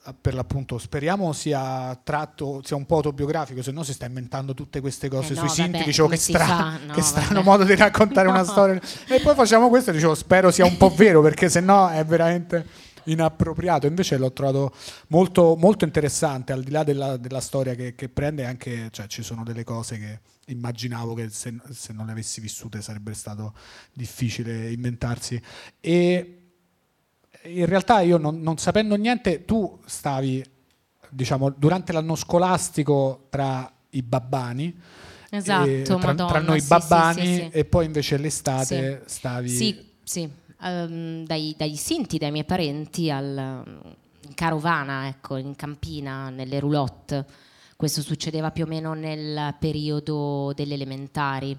eh, per l'appunto speriamo sia tratto sia un po' autobiografico se no si sta inventando tutte queste cose Eh sui no, sinti vabbè, dicevo che, come si stra- fa? No, che strano vabbè. modo di raccontare una No. storia e poi facciamo questo e dicevo spero sia un po' vero perché se no è veramente inappropriato invece l'ho trovato molto, molto interessante al di là della, della storia che, che prende anche cioè, ci sono delle cose che immaginavo che se, se non le avessi vissute sarebbe stato difficile inventarsi e in realtà io non, non sapendo niente, tu stavi, diciamo, durante l'anno scolastico tra i babbani. Esatto, e- Eh, tra, Madonna, tra noi sì, sì, babbani sì, sì. e poi invece l'estate stavi Sì, sì, ehm, dai, dai sinti, dai miei parenti, al, in carovana, ecco, in campina, nelle roulotte. Questo succedeva più o meno nel periodo delle elementari.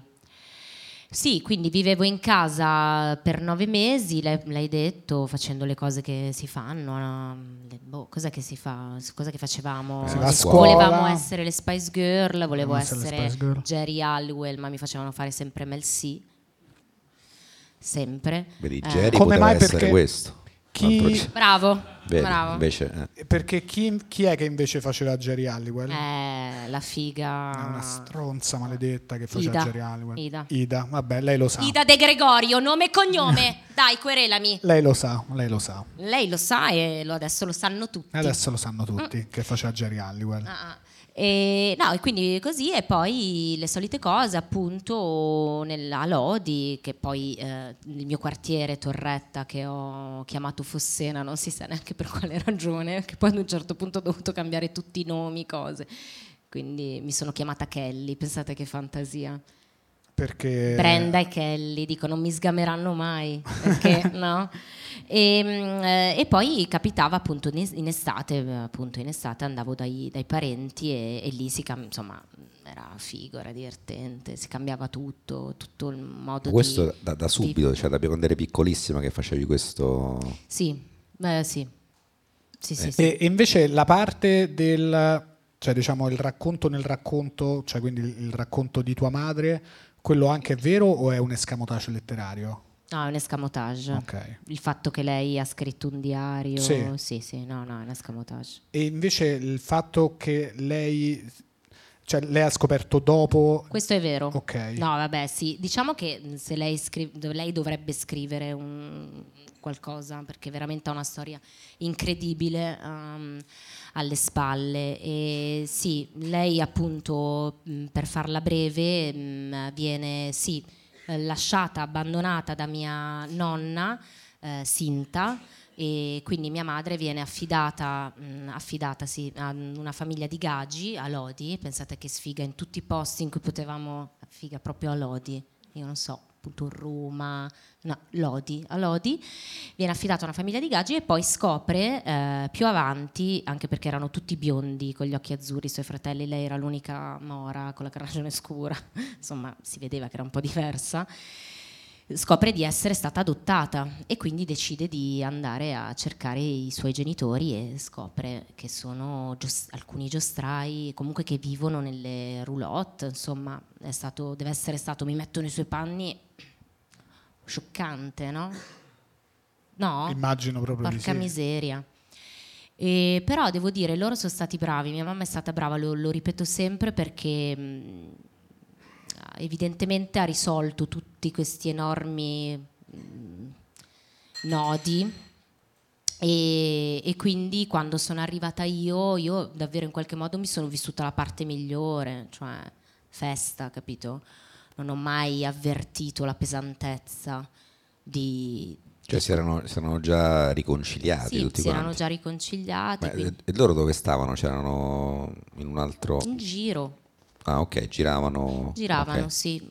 Sì, quindi vivevo in casa per nove mesi, l'hai, l'hai detto, facendo le cose che si fanno. eh, le- boh, cosa che si fa? Cosa che facevamo? Si va a Le- scuola. Volevamo essere le Spice Girl, volevo Volevamo essere le essere Spice Girl. Jerry Halliwell, ma mi facevano fare sempre MLC. Sempre. Vedi, Eh, Jerry Come poteva mai? essere Perché questo. chi- Un altro ge- Bravo, Vedi, bravo. invece, eh. perché chi, chi è che invece faceva Jerry Halliwell? Eh, la È una figa. stronza maledetta che faceva Ida. Jerry Halliwell. Ida. vabbè, lei lo sa. Ida De Gregorio, nome e cognome. Dai, querelami. Lei lo sa, lei lo sa. Lei lo sa e lo- adesso lo sanno tutti. Adesso lo sanno tutti che faceva Jerry Halliwell. Mm. Ah, ah. E, no, e quindi così e poi le solite cose appunto nella Lodi che poi eh, il mio quartiere Torretta che ho chiamato Fossena non si sa neanche neanche per quale ragione, che poi ad un certo punto ho dovuto cambiare tutti i nomi, cose. Quindi mi sono chiamata Kelly, pensate che fantasia. Perché... Brenda e Kelly, dico non mi sgameranno mai, perché no? E, mm, eh, e poi capitava appunto in es- in estate, eh, appunto in estate andavo dai, dai parenti e, e lì si cam- insomma era figo, era divertente, si cambiava tutto, tutto il modo Questo di... da, da di- subito, cioè da quando eri piccolissima che facevi questo... Sì, eh, sì, sì, sì, sì. E e invece la parte del, cioè diciamo il racconto nel racconto, cioè quindi il il racconto di tua madre, quello anche è vero o è un escamotage letterario? No, è un escamotage. Ok. Il fatto che lei ha scritto un diario, Sì. sì, sì, no, no, è un escamotage. E invece il fatto che lei, cioè lei ha scoperto dopo... Questo è vero. Ok. No, vabbè, sì. Diciamo che mh, se lei, scri- dov- lei dovrebbe scrivere un- qualcosa, perché veramente ha una storia incredibile ehm, alle spalle. E sì, lei appunto, mh, per farla breve, mh, viene, sì, eh, lasciata, abbandonata da mia nonna, eh, Sinta, e quindi mia madre viene affidata, mh, affidata, sì, a una famiglia di Gagi a Lodi, pensate che sfiga in tutti i posti in cui potevamo, figa proprio a Lodi, io non so, appunto Roma, no, Lodi, a Lodi, viene affidata a una famiglia di Gagi e poi scopre eh, più avanti, anche perché erano tutti biondi con gli occhi azzurri, i suoi fratelli, lei era l'unica mora con la carnagione scura, insomma si vedeva che era un po' diversa scopre di essere stata adottata e quindi decide di andare a cercare i suoi genitori e scopre che sono gios- alcuni giostrai, comunque che vivono nelle roulotte, insomma, è stato- deve essere stato, mi metto nei suoi panni, scioccante, no? No? Immagino proprio di Porca sì. miseria. E però devo dire, loro sono stati bravi, mia mamma è stata brava, lo, lo ripeto sempre perché mh, evidentemente ha risolto tutti questi enormi mh, nodi e, e quindi quando sono arrivata io, io davvero in qualche modo mi sono vissuta la parte migliore, cioè festa, capito? Non ho mai avvertito la pesantezza di... Cioè si erano, si erano già riconciliati Sì, tutti si erano quanti. già riconciliati. Ma, eh, quindi- e e loro dove stavano? C'erano in un altro... In giro, Ah ok, giravano... giravano, boh, ok. sì.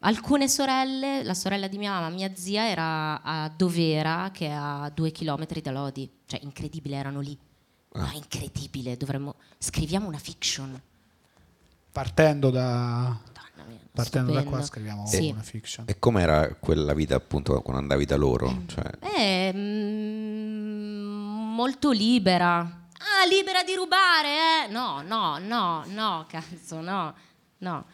Alcune sorelle, la sorella di mia mamma, mia zia era a Dovera, che è a due chilometri da Lodi. Cioè, incredibile, erano lì. Ah. No, incredibile, dovremmo... Scriviamo una fiction. Partendo da... Madonna mia, Partendo da qua stupendo. scriviamo Sì. una fiction. E com'era quella vita appunto quando andavi da loro? Cioè, Eh, mm, molto libera. Ah, libera di rubare, eh? No, no, no, no, cazzo, no, no.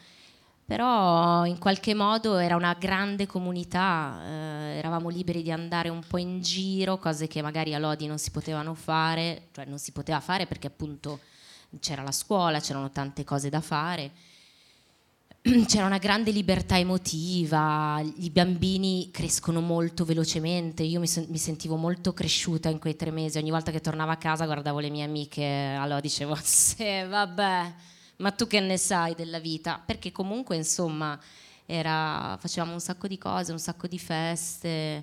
Però in qualche modo era una grande comunità, eh, eravamo liberi di andare un po' in giro, cose che magari a Lodi non si potevano fare, cioè non si poteva fare perché appunto c'era la scuola, c'erano tante cose da fare c'era una grande libertà emotiva, i bambini crescono molto velocemente, io mi, sen- mi sentivo molto cresciuta in quei tre mesi, ogni volta che tornavo a casa guardavo le mie amiche, allora dicevo, sì, vabbè, ma tu che ne sai della vita? Perché comunque, insomma, era- facevamo un sacco di cose, un sacco di feste,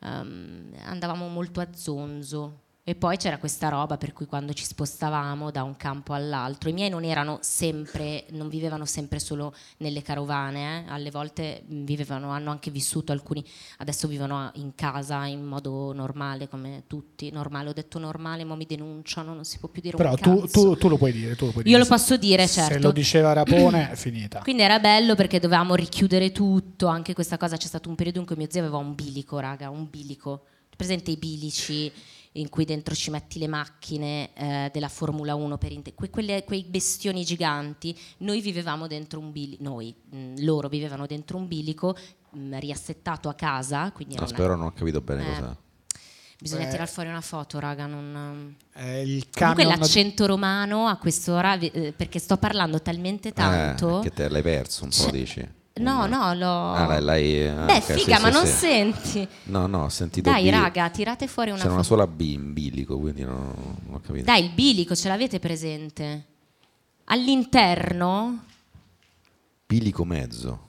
ehm, andavamo molto a zonzo. E poi c'era questa roba per cui quando ci spostavamo da un campo all'altro, i miei non erano sempre, non vivevano sempre solo nelle carovane, eh. alle volte mh, vivevano, hanno anche vissuto alcuni, adesso vivono a- in casa in modo normale come tutti, normale, ho detto normale, ma mi denunciano, non si può più dire Però un tu, cazzo. tu- tu lo puoi dire, tu lo puoi Io dire. lo posso dire, Se certo. lo diceva Rapone è finita. Quindi era bello perché dovevamo richiudere tutto, anche questa cosa c'è stato un periodo in cui mio zio aveva un bilico, raga, un bilico. Presente i bilici in cui dentro ci metti le macchine eh, della Formula 1 per inte- que- quelle- quei bestioni giganti, noi vivevamo dentro un bilico, noi, mh, loro vivevano dentro un bilico mh, riassettato a casa, quindi no, era una- spero non ho capito bene Eh, cosa. bisogna Beh. tirare fuori una foto, raga, non mm. Eh, il Comunque camion- l'accento romano a quest'ora, vi- eh, perché sto parlando talmente tanto... Eh, che te l'hai perso un po', Cioè, dici? No, Mm. no, l'ho... Ah, l'hai- l'hai- ah, Beh, ok, sì, figa, sì, ma non sì. senti. No, no, ho sentito Dai, bi- raga, tirate fuori una C'era una foto. sola B in bilico, quindi non, non ho capito. Dai, il bilico, ce l'avete presente? All'interno? Bilico mezzo.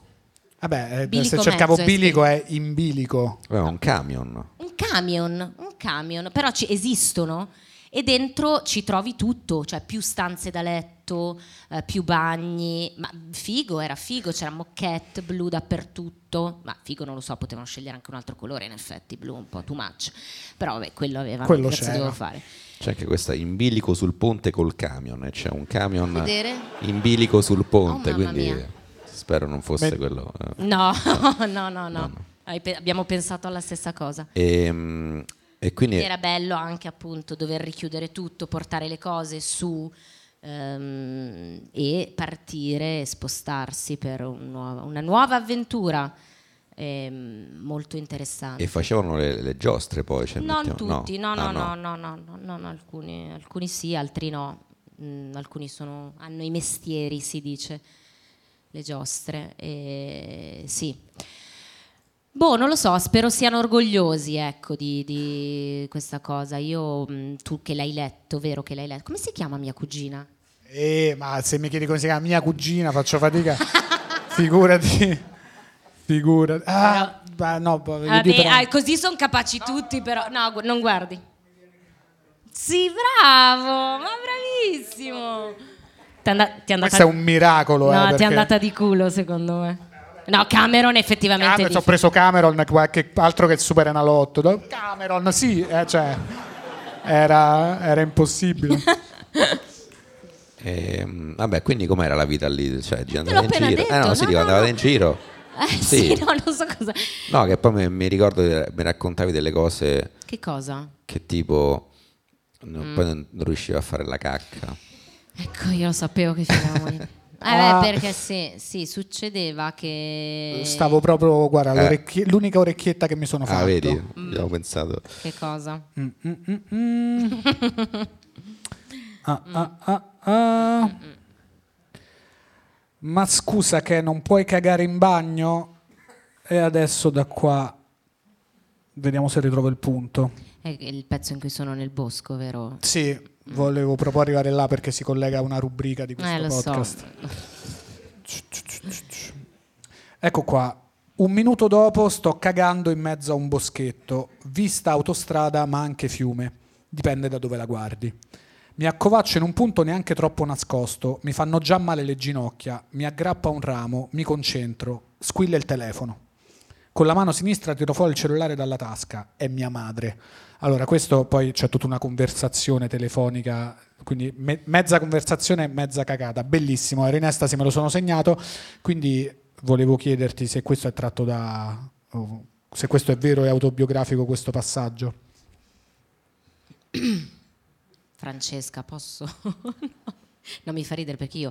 Vabbè, eh, Bilico eh, se cercavo mezzo, è bilico è in bilico. Aveva un camion. Un camion, un camion, però ci esistono e dentro ci trovi tutto, cioè più stanze da letto, eh, più bagni, ma figo, era figo, c'era moquette blu dappertutto, ma figo non lo so, potevano scegliere anche un altro colore in effetti, blu un po' too much, però vabbè quello avevano, Quello grazie c'era. dovevo fare. C'è anche questa in bilico sul ponte col camion, eh, c'è un camion Vedere? in bilico sul ponte, Oh, mamma quindi mia. spero non fosse Beh. quello. eh. No, no, no, no, Hai pe- abbiamo pensato alla stessa cosa. Ehm, E, quindi Era bello anche appunto dover richiudere tutto, portare le cose su ehm, e partire e spostarsi per un nuovo- una nuova avventura ehm, molto interessante. e facevano le, le giostre poi. cioè, non mettiamo- tutti, no, no, Ah, no, no, no, no, no, no, alcuni, alcuni sì, altri no. Mm, alcuni sono- hanno i mestieri, si dice, le giostre. E, sì. Boh, non lo so, spero siano orgogliosi, ecco, di, di questa cosa. Io, mm, tu che l'hai letto, vero che l'hai letto, come si chiama mia cugina? Eh, ma se mi chiedi come si chiama mia cugina, faccio fatica. figurati, figurati. Ah, beh, no, boh, io Vabbè, dico no. ah, così sono capaci tutti, però. No, gu- non guardi. Sì, bravo, ma bravissimo. Ti è anda- ti è andata, Questo è un miracolo. eh, no, ti perché- è andata di culo, secondo me. No, Cameron effettivamente. Cameron, dice- ho preso Cameron, qualche altro che il Super Analotto. Do- Cameron, sì, eh, cioè, era, era impossibile. Ehm, vabbè, quindi com'era la vita lì? Cioè, l'ho andava in appena giro. detto, eh no, no, sì, dico, no, andavate no. in giro. Eh, sì. no, non so cosa. No, che poi mi, mi ricordo che mi raccontavi delle cose Che cosa? che tipo Mm. non- poi non non riusciva a fare la cacca. Ah, Ecco, io lo sapevo che finivamo lì. Ah. Eh, beh, perché sì, sì, succedeva che. Stavo proprio, guarda, Eh. l'orecchie- l'unica orecchietta che mi sono fatto. Mm, Ah, vedi? Mm. Abbiamo pensato. Che cosa? Ah, ah, ah, ah. Ma scusa che non puoi cagare in bagno? E adesso da qua vediamo se ritrovo il punto. È il pezzo in cui sono nel bosco, vero? Sì, volevo proprio arrivare là perché si collega a una rubrica di questo Eh, lo podcast. so. Ecco qua. Un minuto dopo sto cagando in mezzo a un boschetto, vista autostrada ma anche fiume, dipende da dove la guardi. Mi accovaccio in un punto neanche troppo nascosto, mi fanno già male le ginocchia, mi aggrappa un ramo, mi concentro, squilla il telefono. Con la mano sinistra tiro fuori il cellulare dalla tasca, è mia madre. Allora, questo poi c'è tutta una conversazione telefonica, quindi me- mezza conversazione e mezza cagata. Bellissimo, era in estasi, me lo sono segnato, quindi volevo chiederti se questo è tratto da... o se questo è vero e autobiografico questo passaggio. Francesca, posso? no. No, mi fa ridere perché io,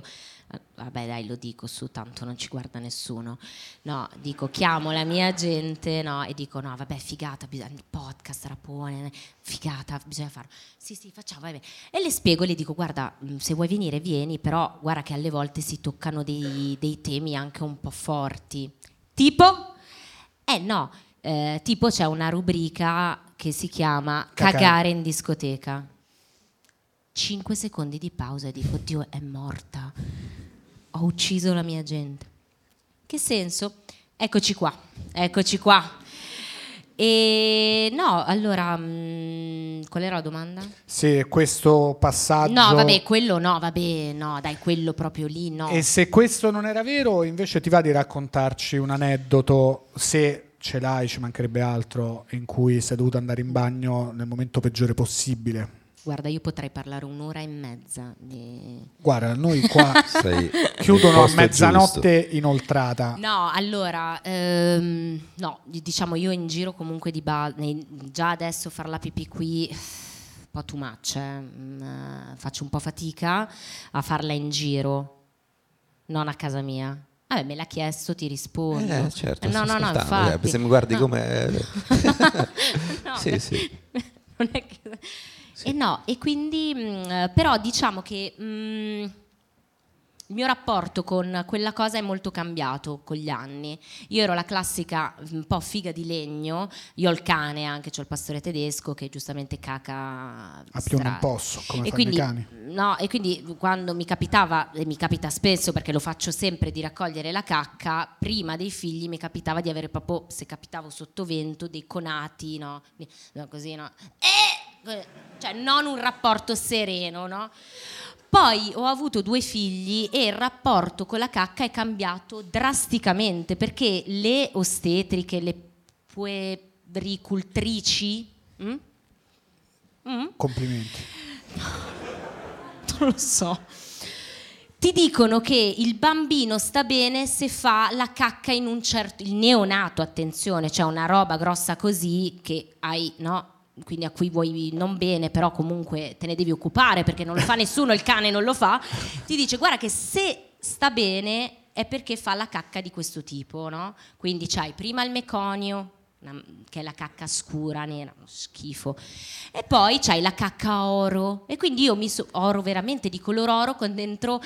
eh, vabbè dai lo dico su, tanto non ci guarda nessuno. No, dico chiamo la mia gente, no, e dico no, vabbè figata, bisogna, il podcast, rapone, figata, bisogna farlo. Sì, sì, facciamo, vai bene. E le spiego, le dico guarda, mh, se vuoi venire vieni, però guarda che alle volte si toccano dei, dei temi anche un po' forti. Tipo? Eh no, eh, tipo c'è una rubrica che si chiama Cacare. Cagare in discoteca. 5 secondi di pausa e dico, Dio, è morta. Ho ucciso la mia gente. Che senso? Eccoci qua, eccoci qua. E no, allora, mm, qual era la domanda? Se questo passaggio... No, vabbè, quello no, vabbè, no, dai, quello proprio lì no. E se questo non era vero, invece ti va di raccontarci un aneddoto, se ce l'hai, ci mancherebbe altro, in cui sei dovuto andare in bagno nel momento peggiore possibile. Guarda, io potrei parlare un'ora e mezza di... Guarda, noi qua Sei chiudono nel posto a giusto. mezzanotte Ah. inoltrata. No, allora, ehm, no, di- diciamo io in giro comunque di ba- nei- già adesso far la pipì qui un po' too much, eh, mm, eh, faccio un po' fatica a farla in giro, non a casa mia. Vabbè, me l'ha chiesto, ti rispondo. Eh, certo, no, sto no, no, scherzando, infatti. eh, se mi guardi No. come... eh, No, Sì, sì. non è che- mm, E no, e quindi, mh, eh, però diciamo che mh, mm, il mio rapporto con quella cosa è molto cambiato con gli anni. Io ero la classica un po' figa di legno, io ho il cane anche, c'ho il pastore tedesco che giustamente caca A più non stra- posso, come e fanno quindi, i cani. no, e quindi quando mi capitava, e mi capita spesso perché lo faccio sempre di raccogliere la cacca, prima dei figli mi capitava di avere proprio, se capitavo sotto vento, dei conati, no? Di- no, Così, no? Eh! Cioè, non un rapporto sereno, no? Poi ho avuto due figli e il rapporto con la cacca è cambiato drasticamente perché le ostetriche, le puericultrici, mm? Mm? Complimenti. non lo so. Ti dicono che il bambino sta bene se fa la cacca in un certo. Il neonato, attenzione, cioè una roba grossa così che hai, no? Quindi a cui vuoi non bene, però comunque te ne devi occupare perché non lo fa nessuno, il cane non lo fa. Ti dice: guarda che se sta bene è perché fa la cacca di questo tipo, no? Quindi c'hai prima il meconio, una- che è la cacca scura, nera, uno schifo. E poi c'hai la cacca oro. E quindi io mi so- oro veramente di color oro con dentro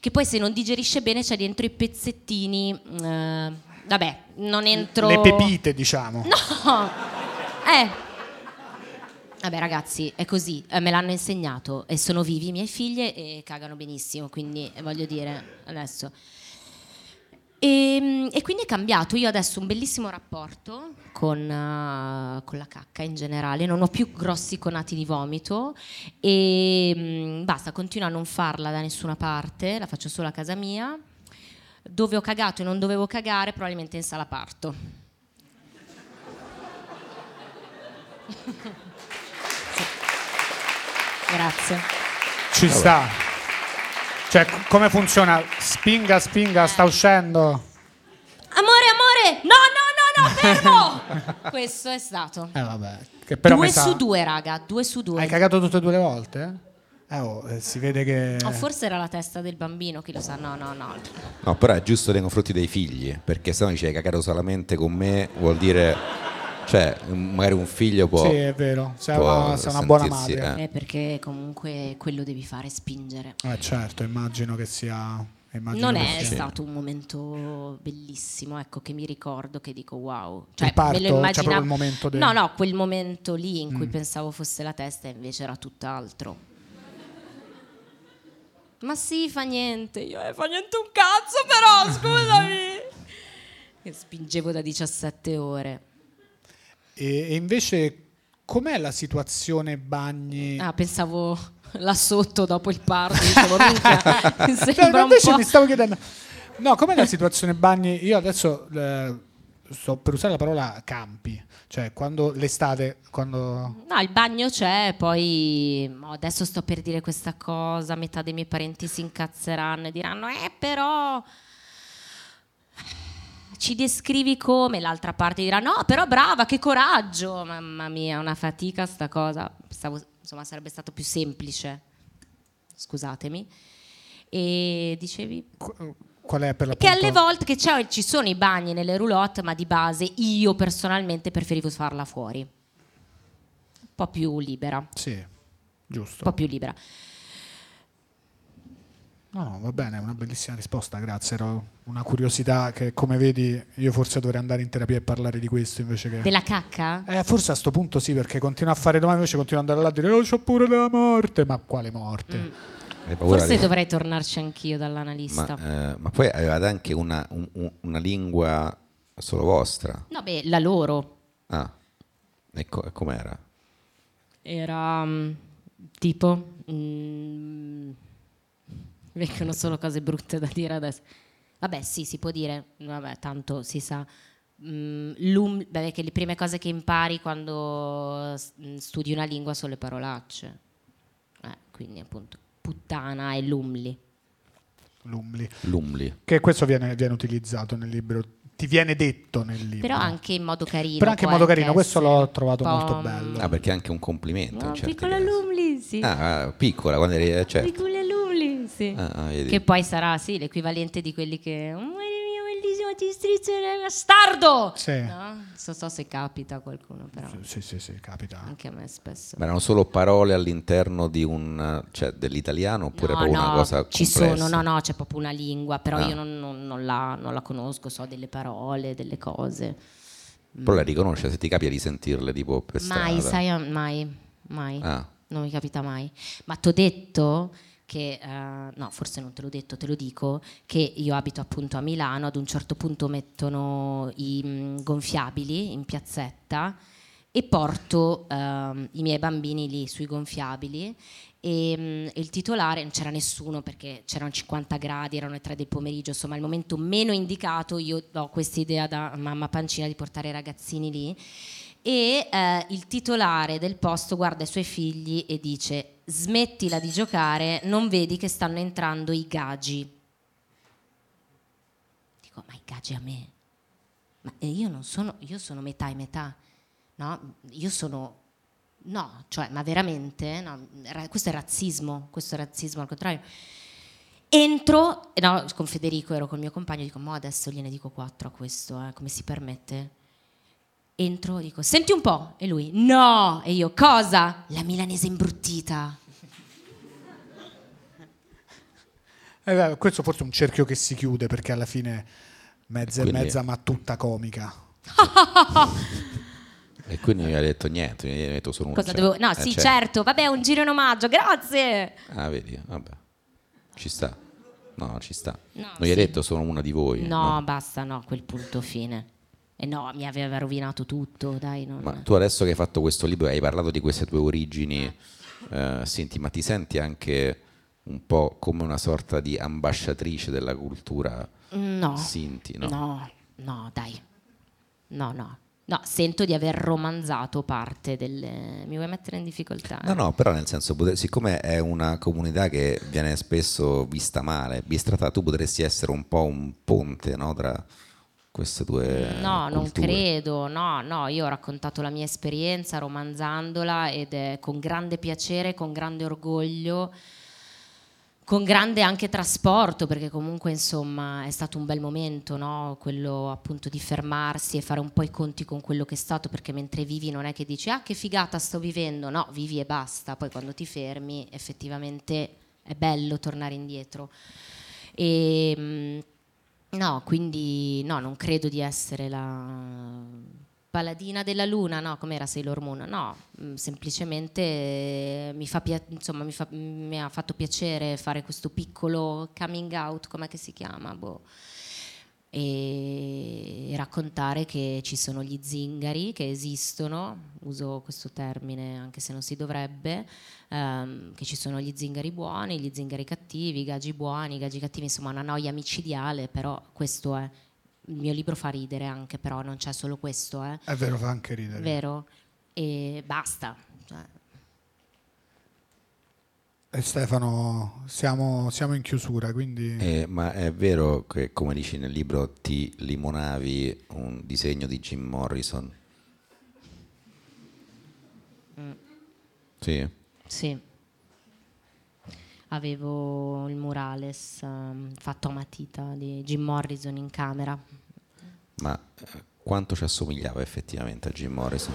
che poi se non digerisce bene c'è dentro i pezzettini eh, vabbè, non entro Le pepite, diciamo. No. Eh. Vabbè ragazzi, è così, eh, me l'hanno insegnato e sono vivi i miei figli e cagano benissimo, quindi eh, voglio dire adesso. Ehm, E, e quindi è cambiato. Io adesso ho un bellissimo rapporto con, eh, con la cacca in generale, non ho più grossi conati di vomito e mm, basta, continuo a non farla da nessuna parte, la faccio solo a casa mia. Dove ho cagato e non dovevo cagare, probabilmente in sala parto. Sì. Grazie. Ci sta. Cioè, c- come funziona? Spinga, spinga, Eh. sta uscendo. Amore, amore! No, no, no, no, fermo! Questo è stato. Eh, vabbè. Che però due mi sa- su due, raga, due su due. Hai cagato tutte e due le volte? Eh, oh, eh, si vede che... Oh, forse era la testa del bambino, chi lo sa? No, no, no. No, però è giusto nei confronti dei figli, perché se no dice cagato solamente con me, vuol dire, cioè, un- magari un figlio può... Sì, è vero. Sei può una, sei una buona sentirsi, madre. Eh, perché comunque quello devi fare spingere. Eh, certo, immagino che sia... immagino Non che è sia- stato un momento bellissimo, ecco, che mi ricordo che dico wow. Cioè, parto? me Cioè, lo proprio immaginavo. il momento del- Mm. No, no, quel momento lì in cui pensavo fosse la testa e invece era tutt'altro. Ma sì, fa niente. Io eh, fa niente un cazzo, però, scusami. Che spingevo da 17 ore. E, e invece, com'è la situazione bagni? Ah, pensavo là sotto dopo il parto, dicevo, minchia, mi No, sembra un invece po'... mi stavo chiedendo... No, com'è la situazione bagni? Io adesso eh, sto per usare la parola campi. Cioè, quando l'estate, quando... No, il bagno c'è, poi mo, adesso sto per dire questa cosa, metà dei miei parenti si incazzeranno e diranno, eh però ci descrivi come, l'altra parte dirà, no però brava, che coraggio, mamma mia, una fatica sta cosa, Pensavo, insomma sarebbe stato più semplice, scusatemi. E dicevi, qu- Qual è per che l'appunto? alle volte che c'è- ci sono i bagni nelle roulotte, ma di base io personalmente preferivo farla fuori. Un po' più libera, un Sì, giusto. po' più libera. No, no, va bene, è una bellissima risposta, grazie. Era una curiosità che, come vedi, io forse dovrei andare in terapia e parlare di questo invece che... Della cacca? Eh, forse a sto punto sì, perché continua a fare domande, invece continua ad andare là a dire, oh, c'ho pure la morte, ma quale morte? Mm. Hai paura Forse di- dovrei tornarci anch'io dall'analista. Ma, eh, ma poi avevate anche una, un- un- una lingua solo vostra. No, beh, la loro Ah, e co- e com'era? era mm, tipo... mm, vengono solo cose brutte da dire adesso. Vabbè, sì, si può dire, vabbè, tanto si sa. Mm, l'um- vabbè, che le prime cose che impari quando s- mm, studi una lingua sono le parolacce. Eh, quindi appunto puttana e l'umli. L'umli. L'umli. Che questo viene, viene utilizzato nel libro, ti viene detto nel libro. Però anche in modo carino. Però anche in può modo carino, questo essere l'ho trovato un po', molto mm, bello. Ah, perché è anche un complimento. no, in certi piccola casi. l'umli, sì. Ah, ah, piccola, quando eri... eh, certo. Piccola l'umli, sì. Ah, ah, vedi. Che poi sarà, sì, l'equivalente di quelli che... "Oh, mio Dio, bellissimo, ti strizzo il bastardo! Sì. No? Non so se capita a qualcuno, però Sì, sì, sì, capita. anche a me spesso. Ma erano solo parole all'interno di un, cioè, dell'italiano oppure no, proprio no, una cosa ci complessa? sono, no, no, c'è proprio una lingua, però Ah. io non, non- non la, non la conosco, so delle parole, delle cose. Però le riconosce se ti capita di sentirle tipo per Mai, strada. sai, mai, mai. Ah, Non mi capita mai. Ma ti ho detto che, eh, no, forse non te l'ho detto, te lo dico, che io abito appunto a Milano, ad un certo punto mettono i mm, gonfiabili in piazzetta e porto ehm, i miei bambini lì sui gonfiabili e mm, il titolare non c'era nessuno perché c'erano 50 gradi, erano le 3 del pomeriggio, insomma al momento meno indicato io ho questa idea da mamma pancina di portare i ragazzini lì e eh, il titolare del posto guarda i suoi figli e dice smettila di giocare, non vedi che stanno entrando i gagi. Dico, ma i gaggi a me? Ma eh, io non sono, io sono metà e metà, no? Io sono, no, cioè, ma veramente, no, ra- questo è razzismo, questo è razzismo al contrario. Entro, eh, no, con Federico ero col mio compagno, dico, mo adesso gliene dico quattro a questo, eh, come si permette? Entro, dico, senti un po', e lui, no, e io, cosa? La milanese imbruttita. Eh, beh, questo forse è un cerchio che si chiude perché alla fine mezza Quindi- e mezza, ma tutta comica. e quindi non gli ha detto niente, mi ha detto solo un Cosa cer- dovevo- No, eh, sì, certo. certo, vabbè, un giro in omaggio, grazie. Ah, vedi, vabbè. Ci sta. No, ci sta. No, non gli ha sì. detto sono una di voi. No, basta, no, a quel punto fine. E no, mi aveva rovinato tutto, dai. Non... Ma tu adesso che hai fatto questo libro e hai parlato di queste tue origini, eh, senti, ma ti senti anche un po' come una sorta di ambasciatrice della cultura Mm, No. Sinti, no? no. No, dai. No, no. No, sento di aver romanzato parte delle... Mi vuoi mettere in difficoltà? No, no, però nel senso, pote- siccome è una comunità che viene spesso vista male, bistrattata, tu potresti essere un po' un ponte no, tra queste due No, non eh, culture. credo, no, no, io ho raccontato la mia esperienza romanzandola ed è con grande piacere, con grande orgoglio, con grande anche trasporto, perché comunque insomma è stato un bel momento, no? quello appunto di fermarsi e fare un po' i conti con quello che è stato, perché mentre vivi non è che dici ah che figata sto vivendo, no, vivi e basta, poi quando ti fermi effettivamente è bello tornare indietro. Ehm, E, mh, No, quindi no, non credo di essere la paladina della luna, no, com'era Sailor Moon, no, mm, semplicemente eh, mi, fa pia- insomma, mi, fa- mi ha fatto piacere fare questo piccolo coming out, com'è che si chiama, boh. e raccontare che ci sono gli zingari che esistono, uso questo termine anche se non si dovrebbe, ehm, che ci sono gli zingari buoni, gli zingari cattivi, i gaggi buoni, i gaggi cattivi, insomma una noia micidiale, però questo è. Il mio libro fa ridere anche, però non c'è solo questo, eh. È vero, fa anche ridere. Vero? E basta. Cioè, E Stefano, siamo, siamo in chiusura, quindi... Eh, ma è vero che, come dici nel libro, ti limonavi un disegno di Jim Morrison? Mm. Sì. Sì. Avevo il murales ehm, fatto a matita di Jim Morrison in camera. Ma eh, quanto ci assomigliava effettivamente a Jim Morrison?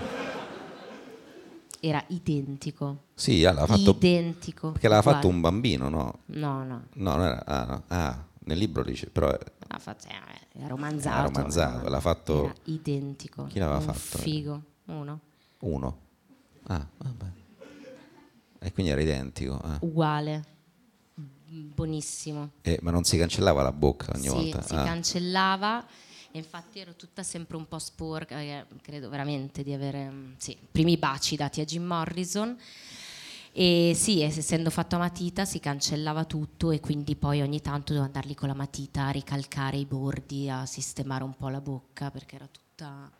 Era identico. Sì, ah, l'ha fatto... Identico. Perché l'aveva fatto uguale. un bambino, no? No, no. No, non era... Ah, no. Ah, nel libro dice... Però eh, L'ha fatto, eh, era romanzato. Era romanzato, ma l'ha fatto- Era identico. Chi l'aveva un fatto? Figo, uno. uno. Ah, vabbè. E quindi era identico. ah. Uguale. Mm, Buonissimo. Eh, ma non si cancellava la bocca ogni Sì, volta. si ah. cancellava e infatti ero tutta sempre un po' sporca, perché credo veramente di avere mm, sì, primi baci dati a Jim Morrison. E sì, es- essendo fatto a matita si cancellava tutto e quindi poi ogni tanto dovevo andare lì con la matita a ricalcare i bordi, a sistemare un po' la bocca perché era tutta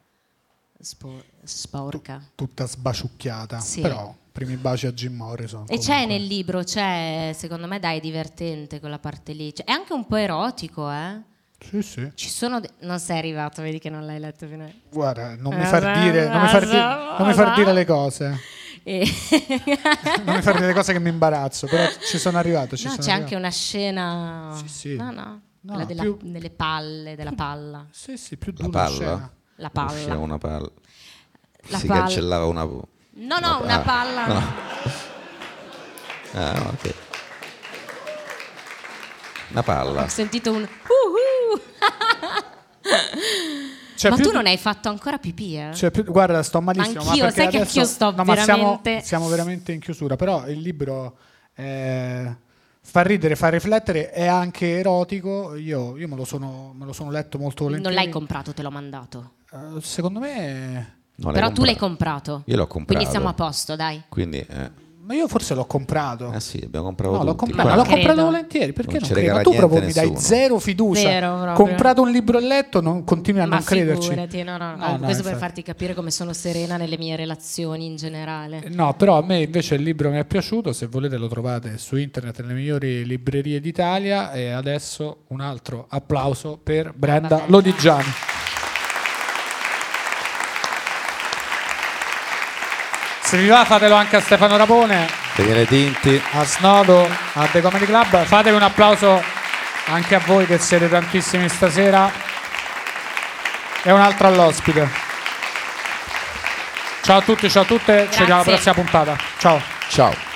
spo- sporca. Tutta sbaciucchiata, Sì. però primi baci a Jim Morrison. E comunque. c'è nel libro, c'è, secondo me dai, è divertente quella parte lì. Cioè, è anche un po' erotico, eh? Sì, sì. Ci sono... de- non sei arrivato, vedi che non l'hai letto fino a... Guarda, non mi Eh, far dire, non mi far di- non mi far dire le cose. E- Non mi far dire le cose che mi imbarazzo, però ci sono arrivato, ci no, sono c'è anche arrivato. una scena. Sì, sì. No, no. No, quella della- più- delle palle, della palla. Sì, sì, più La dura palla? scena. La Usciva palla. una palla. La si palla. cancellava una... No, No, no, una palla. Ah, ok. Una palla. Ho sentito un uhu. Cioè, Ma più tu di- non hai fatto ancora pipì, eh? Cioè, più- guarda, sto malissimo. Anch'io, ma perché sai che adesso- anch'io sto no, ma Siamo, veramente- siamo veramente in chiusura, però il libro eh, fa ridere, fa riflettere, è anche erotico. Io, io me, lo sono, me lo sono letto molto non volentieri. l'hai comprato, te l'ho mandato. comprato? secondo me... Non Però tu l'hai comprato. comprato. Io l'ho comprato. Quindi siamo a posto, dai. Cioè, Quindi, eh, Ma io forse l'ho comprato. ah sì, abbiamo comprato No, l'ho tutti. comprato, Ma l'ho non credo. comprato volentieri perché Non non, ci credo. Ma regala tu proprio mi niente dai nessuno. zero fiducia. Vero, proprio. Comprato un libro e letto, non, continui a Ma non crederci. Ah, figurati, no, no, no, No, no, questo per infatti. farti capire come sono serena nelle mie relazioni in generale. Eh, No, però a me invece il libro mi è piaciuto, se volete lo trovate su internet nelle migliori librerie d'Italia e adesso un altro applauso per Brenda Vabbè. Lodigiani. Se vi va fatelo anche a Stefano Rapone, Daniele Tinti, a Snodo, a The Comedy Club, fatevi un applauso anche a voi che siete tantissimi stasera e un altro all'ospite. Ciao a tutti, ciao a tutte, ci vediamo alla Grazie. prossima puntata. Ciao. ciao.